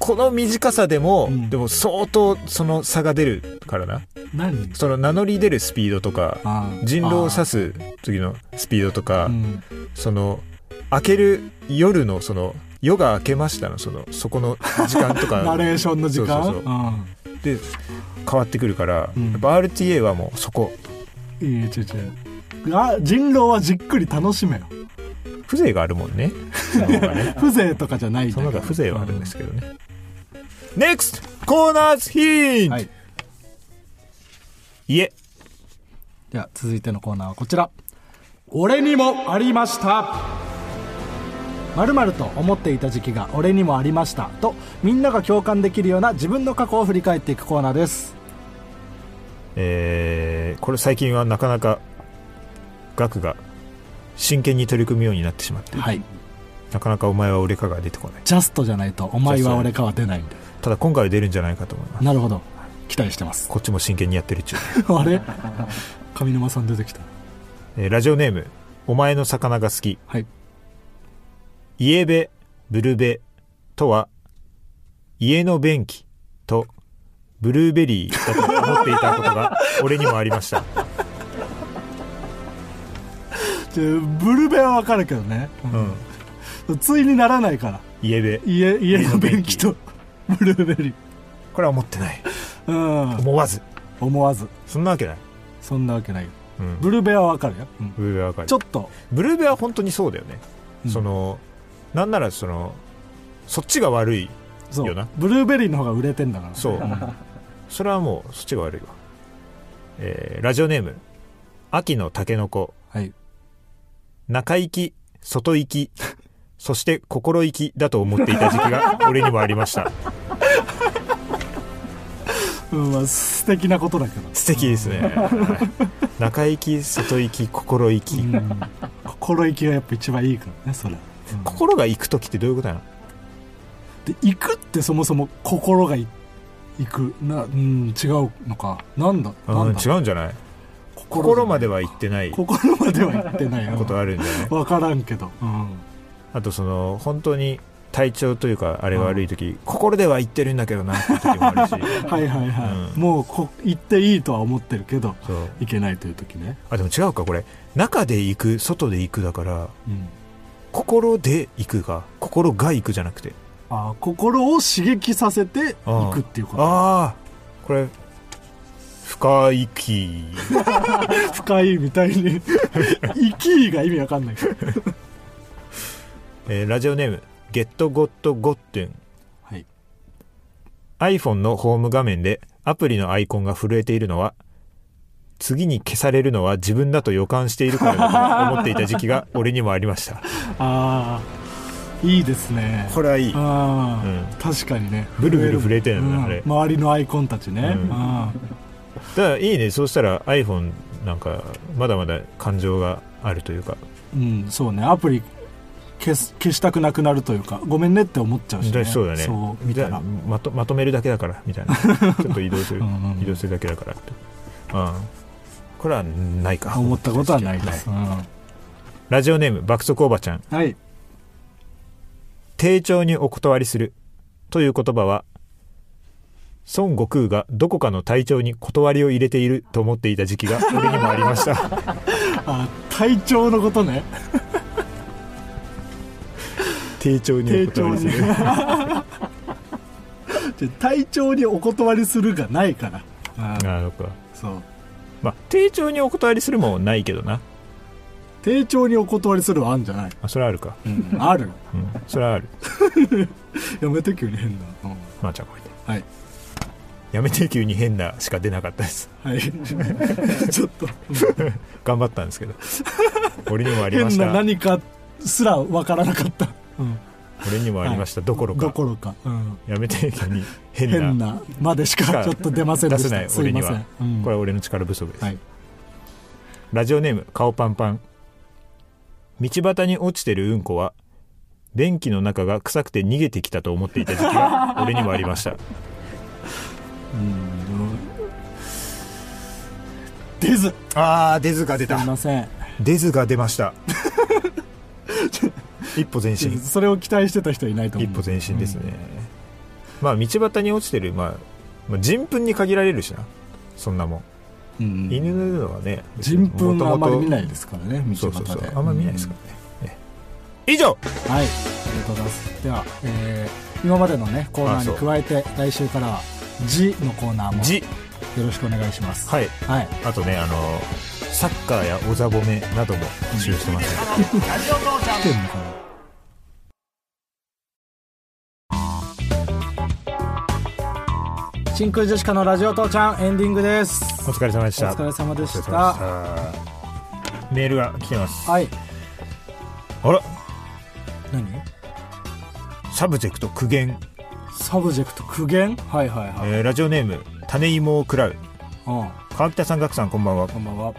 Speaker 2: この短さでも、
Speaker 3: うん
Speaker 2: でも相当その差が出るからな
Speaker 3: 何
Speaker 2: その名乗り出るスピードとか
Speaker 3: ああ
Speaker 2: 人狼を
Speaker 3: あ
Speaker 2: 指す時のスピードと
Speaker 3: あ
Speaker 2: か、
Speaker 3: うん
Speaker 2: その明ける夜のその夜が明けましたのそのそこの時間と か
Speaker 3: ナレーションの時間
Speaker 2: そうそうで変わってくくるから、
Speaker 3: うん
Speaker 2: やっぱ RTA はもうそこ
Speaker 3: うんいやちょいちょいあ人狼はじっくり楽しめよ
Speaker 2: 風情があるもんねその方がね
Speaker 3: 風情とかじゃないんだ
Speaker 2: そ
Speaker 3: か
Speaker 2: の
Speaker 3: ら
Speaker 2: 方が風情はあるんですけどね、NEXT コーナーズヒン
Speaker 3: うん
Speaker 2: ト、、
Speaker 3: はいい
Speaker 2: え
Speaker 3: では続いてのコーナーはこちら俺にもありましたまるまると思っていた時期が俺にもありましたとみんなが共感できるような自分の過去を振り返っていくコーナーです
Speaker 2: えーこれ最近はなかなか額が真剣に取り組むようになってしまって
Speaker 3: はい
Speaker 2: なかなかお前は俺かが出てこない
Speaker 3: ジャストじゃないとお前は俺かは出ないんで
Speaker 2: ただ今回は出るんじゃないかと思います
Speaker 3: なるほど期待してます
Speaker 2: こっちも真剣にやってるっちゅう、
Speaker 3: あ れ上沼さん出てきた
Speaker 2: えーラジオネームお前の魚が好き
Speaker 3: はい
Speaker 2: 家べブルベとは家の便器とブルーベリーだと思っていたことが俺にもありました、
Speaker 3: ちょブルベはわかるけどね、
Speaker 2: うん、
Speaker 3: うん、ついにならないから
Speaker 2: 家べ
Speaker 3: 家家の便器とブルーベリ
Speaker 2: これは思ってない
Speaker 3: ーうん
Speaker 2: 思わず
Speaker 3: 思わず
Speaker 2: そんなわけない、
Speaker 3: そんなわけないよ
Speaker 2: うん、
Speaker 3: ブルベはわかるよ、うん
Speaker 2: ブルーベはわかる
Speaker 3: ちょっと
Speaker 2: ブルーベは本当にそうだよね、
Speaker 3: うん
Speaker 2: そのなんならそのそっちが悪い
Speaker 3: そ
Speaker 2: よ
Speaker 3: う
Speaker 2: な
Speaker 3: ブルーベリーの方が売れてんだから
Speaker 2: そうそれはもうそっちが悪いわ、えーラジオネーム秋のたけのこ
Speaker 3: はい
Speaker 2: 中行き外行きそして心意気だと思っていた時期 が俺にもありました
Speaker 3: うんまあ素敵なことだけど
Speaker 2: 素敵です ねはい中行き外行き心意気、
Speaker 3: うん心意気がやっぱ一番いいからねそれ、うん
Speaker 2: 心が行く時ってどういうことなの
Speaker 3: で行くってそもそも心がい行くなうん違うのかなんだな
Speaker 2: うんん
Speaker 3: だ
Speaker 2: 違うんじゃない
Speaker 3: 心
Speaker 2: 心までは行ってないこ
Speaker 3: 心までは行ってないよ
Speaker 2: とあるんじゃない
Speaker 3: 分からんけど、うん、
Speaker 2: あとその本当に体調というかあれが悪い時、心では行ってるんだけどなって時もあ るし
Speaker 3: はいはいはい、
Speaker 2: うん
Speaker 3: もうこ行っていいとは思ってるけど
Speaker 2: そう
Speaker 3: 行けないという時ね、
Speaker 2: あでも違うかこれ中で行く外で行くだから
Speaker 3: うん、
Speaker 2: 心で行くが心が行くじゃなくて
Speaker 3: あー心を刺激させて行くっていうこと
Speaker 2: ああこれ深い気
Speaker 3: 深いみたい に生きが意味わかんないけど
Speaker 2: えーラジオネームゲットゴットゴッテン
Speaker 3: はい
Speaker 2: iPhone のホーム画面でアプリのアイコンが震えているのは次に消されるのは自分だと予感しているからだと思っていた時期 が俺にもありました
Speaker 3: ああいいですね
Speaker 2: これはいい
Speaker 3: ああ、
Speaker 2: うん
Speaker 3: 確かにね
Speaker 2: ブルブル震えてる
Speaker 3: うん
Speaker 2: だ、
Speaker 3: ん
Speaker 2: あれ
Speaker 3: 周りのアイコンたちね、
Speaker 2: うん
Speaker 3: あ
Speaker 2: ただいいねそうしたら iPhone なんかまだまだ感情があるというか
Speaker 3: ーうんそうねアプリ消す消したくなくなるというかごめんねって思っちゃうし、ね、
Speaker 2: そうだね
Speaker 3: そう見
Speaker 2: じ
Speaker 3: た
Speaker 2: ゃあ
Speaker 3: ら
Speaker 2: まとま とめるだけだからみたいなちょっと移動する
Speaker 3: うんうん
Speaker 2: 移動するだけだからってうんこれはないか
Speaker 3: 思ったことはないです、うん
Speaker 2: ラジオネーム爆速おばちゃん
Speaker 3: はい
Speaker 2: 丁重にお断りするという言葉は孫悟空がどこかの隊長に断りを入れていると思っていた時期 が俺にもありました
Speaker 3: あ体調のことね
Speaker 2: 丁重にお断りする
Speaker 3: 丁重じゃあ体調にお断りするがないからあー
Speaker 2: あそうか
Speaker 3: そう
Speaker 2: まあ丁重にお断りするもないけどな
Speaker 3: 丁重にお断りするはあんじゃない、
Speaker 2: あそれはあるか、
Speaker 3: ある
Speaker 2: うん、それはある
Speaker 3: やめて急に変な、うん
Speaker 2: まあじゃあこれで
Speaker 3: はい
Speaker 2: やめて急に変なしか出なかったです
Speaker 3: はい ちょっと
Speaker 2: 頑張ったんですけ ど俺にもありまし
Speaker 3: 変な
Speaker 2: た
Speaker 3: 何かすらわからなかった、うん
Speaker 2: 俺にもありました、どころか
Speaker 3: どころか、うん
Speaker 2: やめて急に変な
Speaker 3: 変なまでし
Speaker 2: し
Speaker 3: か
Speaker 2: か
Speaker 3: ちょっと出ませんでし
Speaker 2: 出せな
Speaker 3: た
Speaker 2: い
Speaker 3: す
Speaker 2: 俺
Speaker 3: い
Speaker 2: に
Speaker 3: ま
Speaker 2: は
Speaker 3: せん、うん
Speaker 2: これは俺の力不足です、
Speaker 3: はい
Speaker 2: ラジオネーム顔パンパン道端に落ちてるうんこは便器の中が臭くて逃げてきたと思っていた時期が 俺にもありました
Speaker 3: 出ずす
Speaker 2: あー出ずが出
Speaker 3: いません
Speaker 2: 出ずが出ました 一歩前進
Speaker 3: それを期待してた人いないと思
Speaker 2: 一
Speaker 3: う
Speaker 2: 歩前進ですね、まあ道端に落ちてる、まあ、まあ人糞に限られるしなそんなもん、
Speaker 3: うんうん
Speaker 2: 犬のはね
Speaker 3: 人糞はあんまり見ないいですからね
Speaker 2: そ
Speaker 3: 道
Speaker 2: うそう
Speaker 3: 端
Speaker 2: そう
Speaker 3: で
Speaker 2: あんまり見ないですからね、ね以上
Speaker 3: はい、ありがとうございます。では、えー今までのねコーナ
Speaker 2: あ
Speaker 3: ー
Speaker 2: そう
Speaker 3: に加えて来週からは「字」のコーナーも
Speaker 2: 字
Speaker 3: よろしくお願いします。
Speaker 2: はい
Speaker 3: はい、
Speaker 2: あとねあのサッカーやお座褒めなども募集してます、
Speaker 3: 来てるのかな。真空ジェシカのラジオ父ちゃんエンディングです。
Speaker 2: お疲れ様でし
Speaker 3: お
Speaker 2: た
Speaker 3: 疲れ様でし
Speaker 2: お疲れ
Speaker 3: た。
Speaker 2: 様でしたメールが来てます
Speaker 3: はい、
Speaker 2: あら
Speaker 3: 何？
Speaker 2: サブジェクト苦言、
Speaker 3: サブジェクト苦言？はいはいはい。
Speaker 2: えーラジオネーム種芋を食らう
Speaker 3: うん、
Speaker 2: 川北さん岳さんこんばんは
Speaker 3: こんばんは。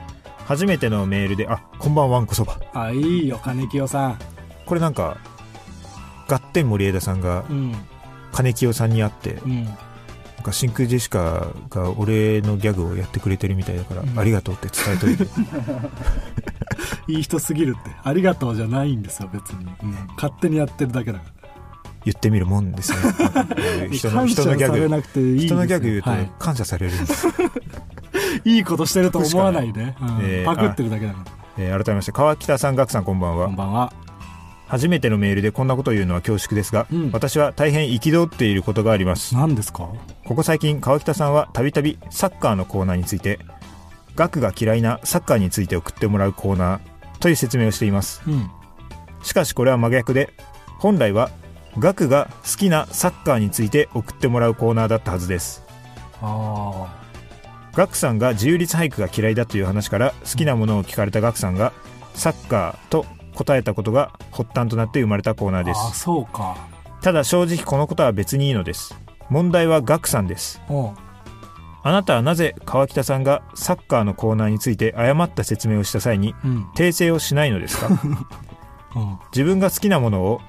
Speaker 2: 初めてのメールであこんばんはわんこそば
Speaker 3: あ、いいよ金清さん。
Speaker 2: これなんかガッテン森枝さんが
Speaker 3: うん
Speaker 2: 金清さんに会って、
Speaker 3: うん。
Speaker 2: なんか真空ジェシカが俺のギャグをやってくれてるみたいだから、
Speaker 3: うん
Speaker 2: ありがとうって伝えといて
Speaker 3: いい人すぎるって。ありがとうじゃないんですよ、別に。勝手にやってるだけだか
Speaker 2: 言ってみるもんです ねなんかこういう
Speaker 3: ら。
Speaker 2: 人の人のギャ
Speaker 3: 感謝され
Speaker 2: グ
Speaker 3: なくていいんです
Speaker 2: 人
Speaker 3: よ
Speaker 2: のギャグ言うと
Speaker 3: はい
Speaker 2: 感謝されるんです、
Speaker 3: いいことしてると思わないね。うん
Speaker 2: えー
Speaker 3: パクってるだけだか
Speaker 2: えー改めまして川北さん岳さんこんばん
Speaker 3: ら。
Speaker 2: は
Speaker 3: こんばんは。
Speaker 2: 初めてのメールでこんなことを言うのは恐縮ですが、
Speaker 3: うん
Speaker 2: 私は大変憤っていることがあります
Speaker 3: 何ですか
Speaker 2: ここ最近川北さんはたびたびサッカーのコーナーについて岳が嫌いなサッカーについて送ってもらうコーナーという説明をしています
Speaker 3: うん。
Speaker 2: しかしこれは真逆で本来は岳が好きなサッカーについて送ってもらうコーナーだったはずです
Speaker 3: あ
Speaker 2: ガクさんが自由律俳句が嫌いだという話から好きなものを聞かれたガクさんがサッカーと答えたことが発端となって生まれたコーナーで
Speaker 3: あ
Speaker 2: す
Speaker 3: そうか
Speaker 2: ただ正直このことは別にいいのです問題はガクさんです
Speaker 3: うん
Speaker 2: あなたはなぜ川北さんがサッカーのコーナーについて誤った説明をした際に
Speaker 3: うん
Speaker 2: 訂正をしないのですか
Speaker 3: うん
Speaker 2: 自分が好きなものを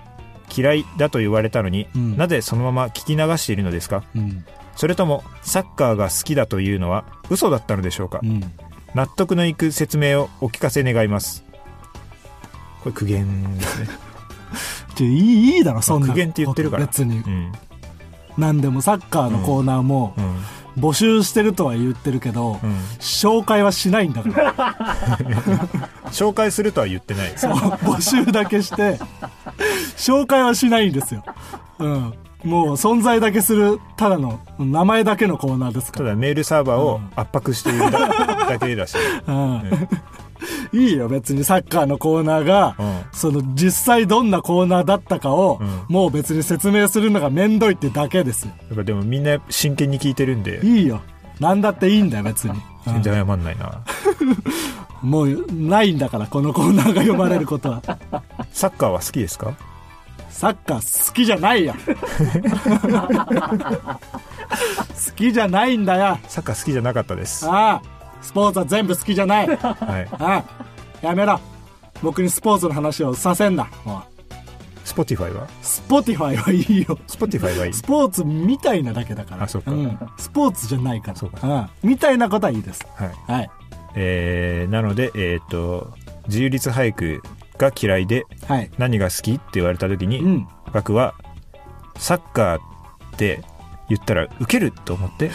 Speaker 2: 嫌いだと言われたのに、
Speaker 3: うん
Speaker 2: なぜそのまま聞き流しているのですか
Speaker 3: うん
Speaker 2: それともサッカーが好きだというのは嘘だったのでしょうか、
Speaker 3: うん
Speaker 2: 納得のいく説明をお聞かせ願いますこれ苦言ですね、
Speaker 3: ちょいいいいだろそんな
Speaker 2: 苦言って言ってるから
Speaker 3: 別に
Speaker 2: うん
Speaker 3: 何でもサッカーのコーナーも
Speaker 2: うん
Speaker 3: 募集してるとは言ってるけど、
Speaker 2: うん、
Speaker 3: 紹介はしないんだから
Speaker 2: 紹介するとは言ってない
Speaker 3: そう募集だけして紹介はしないんですよ、うん、もう存在だけするただの名前だけのコーナーですか
Speaker 2: た
Speaker 3: ら、
Speaker 2: だメールサーバーを圧迫しているだだけだ し、
Speaker 3: うん、 いいよ別にサッカーのコーナーが、
Speaker 2: うん
Speaker 3: その実際どんなコーナーだったかを、
Speaker 2: うん
Speaker 3: もう別に説明するのが面倒いってだけですよ
Speaker 2: やっぱでもみんな真剣に聞いてるんで
Speaker 3: いいよ何だっていいんだよ別に、うん
Speaker 2: 全然謝んないな
Speaker 3: もうないんだからこのコーナーが読まれることは
Speaker 2: サッカーは好きですか
Speaker 3: サッカー好きじゃないや 好きじゃないんだよ
Speaker 2: サッカー好きじゃなかったです、は
Speaker 3: ああスポーツは全部好きじゃないあ
Speaker 2: い、
Speaker 3: あやめろ僕にスポーツの話をさせんなもう
Speaker 2: スポティファイは
Speaker 3: スポティファイはい いよ
Speaker 2: スポティファイ はいい
Speaker 3: スポーツみたいなだけだから
Speaker 2: あそっか
Speaker 3: んスポーツじゃないから
Speaker 2: そうか
Speaker 3: うん、みたいなことはいいです
Speaker 2: はい
Speaker 3: はい
Speaker 2: えーなのでえーっと自由律俳句が嫌いで
Speaker 3: はい
Speaker 2: 何が好きって言われた時に、
Speaker 3: うん
Speaker 2: 僕はサッカーって言ったらウケると思って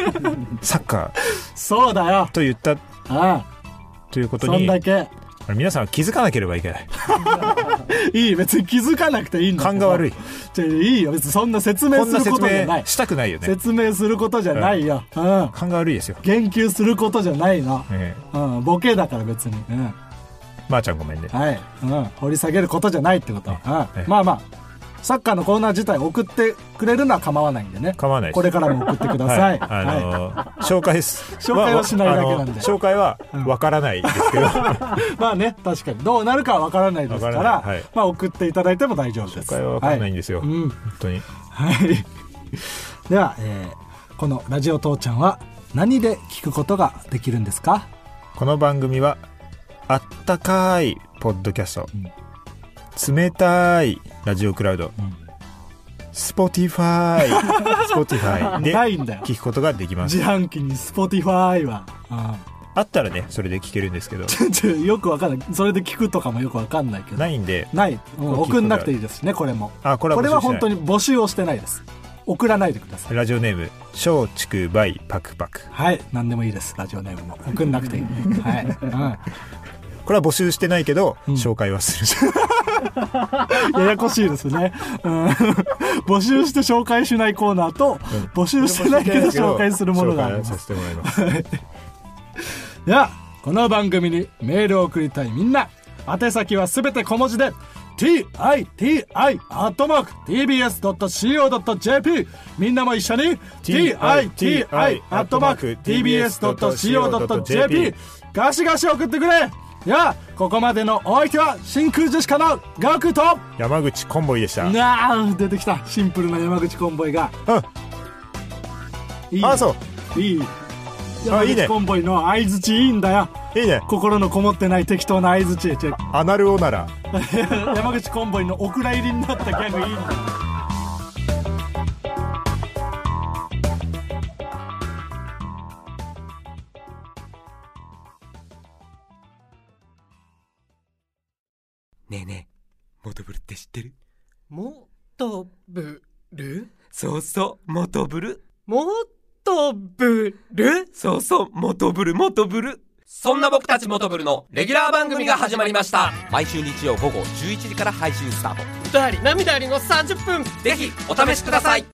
Speaker 2: サッカー
Speaker 3: そうだよ
Speaker 2: と言った
Speaker 3: あ
Speaker 2: というこ
Speaker 3: あ
Speaker 2: と
Speaker 3: そん
Speaker 2: に
Speaker 3: だけ
Speaker 2: 皆さんは気づかなければいけない
Speaker 3: いい別に気づかなくていいんだ
Speaker 2: 勘が悪い
Speaker 3: ちょいいよ別にそんな説明
Speaker 2: こん
Speaker 3: す
Speaker 2: な
Speaker 3: るこ
Speaker 2: 説
Speaker 3: とじゃない
Speaker 2: 明したくないよね
Speaker 3: 説明することじゃないよ、うん
Speaker 2: 勘が悪いですよ、
Speaker 3: 言及することじゃないの、
Speaker 2: え
Speaker 3: うん、ボケだから別に、うん、
Speaker 2: えまー、ちゃんごめんね
Speaker 3: はい、うん、掘り下げることじゃないってこと、うん、
Speaker 2: え
Speaker 3: まあまあサッカーのコーナー自体送ってくれるのは構わないんでね
Speaker 2: 構わないです
Speaker 3: これからも送ってく ださい、
Speaker 2: あ
Speaker 3: はい
Speaker 2: のー紹介す
Speaker 3: 紹介はしないだけなんで
Speaker 2: あの紹介はわからないです けど、紹
Speaker 3: まあね確かにどうなるかは分からないですから
Speaker 2: わからないはい
Speaker 3: まあ、送っていただいても大丈夫です
Speaker 2: 介はわからないんですよ、
Speaker 3: はいうん
Speaker 2: 本当に
Speaker 3: はい。 では、えーこのラジオ父ちゃんは何で聞くことができるんですか
Speaker 2: この番組はあったかいポッドキャスト、冷たいラジオクラウド、スポティフ ァイスポティファイで
Speaker 3: ないんだよ。
Speaker 2: 聞くことができます
Speaker 3: 自販機に Spotify は。
Speaker 2: あったらねそれで聞けるんですけど
Speaker 3: うんちょ よくわかんない。それで聞くとかもよくわかんないけど。
Speaker 2: ないんで
Speaker 3: ない。う
Speaker 2: これ
Speaker 3: ん
Speaker 2: 聞く
Speaker 3: 送んなくていいですしね、これも。
Speaker 2: あこれは
Speaker 3: これは本当
Speaker 2: に
Speaker 3: に募集をしてないです。送らないでください。
Speaker 2: ラジオネーム松竹バイパクパク
Speaker 3: はい。何でもいいです。ラジオネームも。送んなく ていい。はい。うん。
Speaker 2: これは募集してないけど、紹介はする
Speaker 3: ややこしいですね。うん、募集して紹介しないコーナーと、募集してないけど紹介するものがあり
Speaker 2: 紹
Speaker 3: ま
Speaker 2: 介はさせ
Speaker 3: す。
Speaker 2: てもらいます
Speaker 3: では、この番組にメールを送りたいみんな、宛先はすべて小文字で、titi.tbs.co.jp みんなも一緒に titi.tbs.co.jp ガシガシ送ってくれでは、ここまでのお相手は真空ジェシカのガクと
Speaker 2: 山口コンボイでした
Speaker 3: なあ出てきたシンプルな山口コンボイがいいね
Speaker 2: あそう
Speaker 3: いい
Speaker 2: あ
Speaker 3: 山
Speaker 2: いい
Speaker 3: 口
Speaker 2: ね
Speaker 3: コンボイの相づちいいんだよ
Speaker 2: いいね
Speaker 3: 心のこもってない適当な相づちちょ
Speaker 2: アナルオナラ
Speaker 3: 山口コンボイのお蔵入りになったギャグいいんだ
Speaker 6: ねえねえ、モトブルって知ってる
Speaker 4: もっとぶる
Speaker 6: そうそう、モトブル。
Speaker 4: もっとぶる
Speaker 6: そうそう、モトブル、モトブル。そんな僕たちモトブルのレギュラー番組が始まりました。毎週日曜午後11時から配信スタート。
Speaker 4: 歌あり涙ありの30分
Speaker 6: ぜひ、お試しください。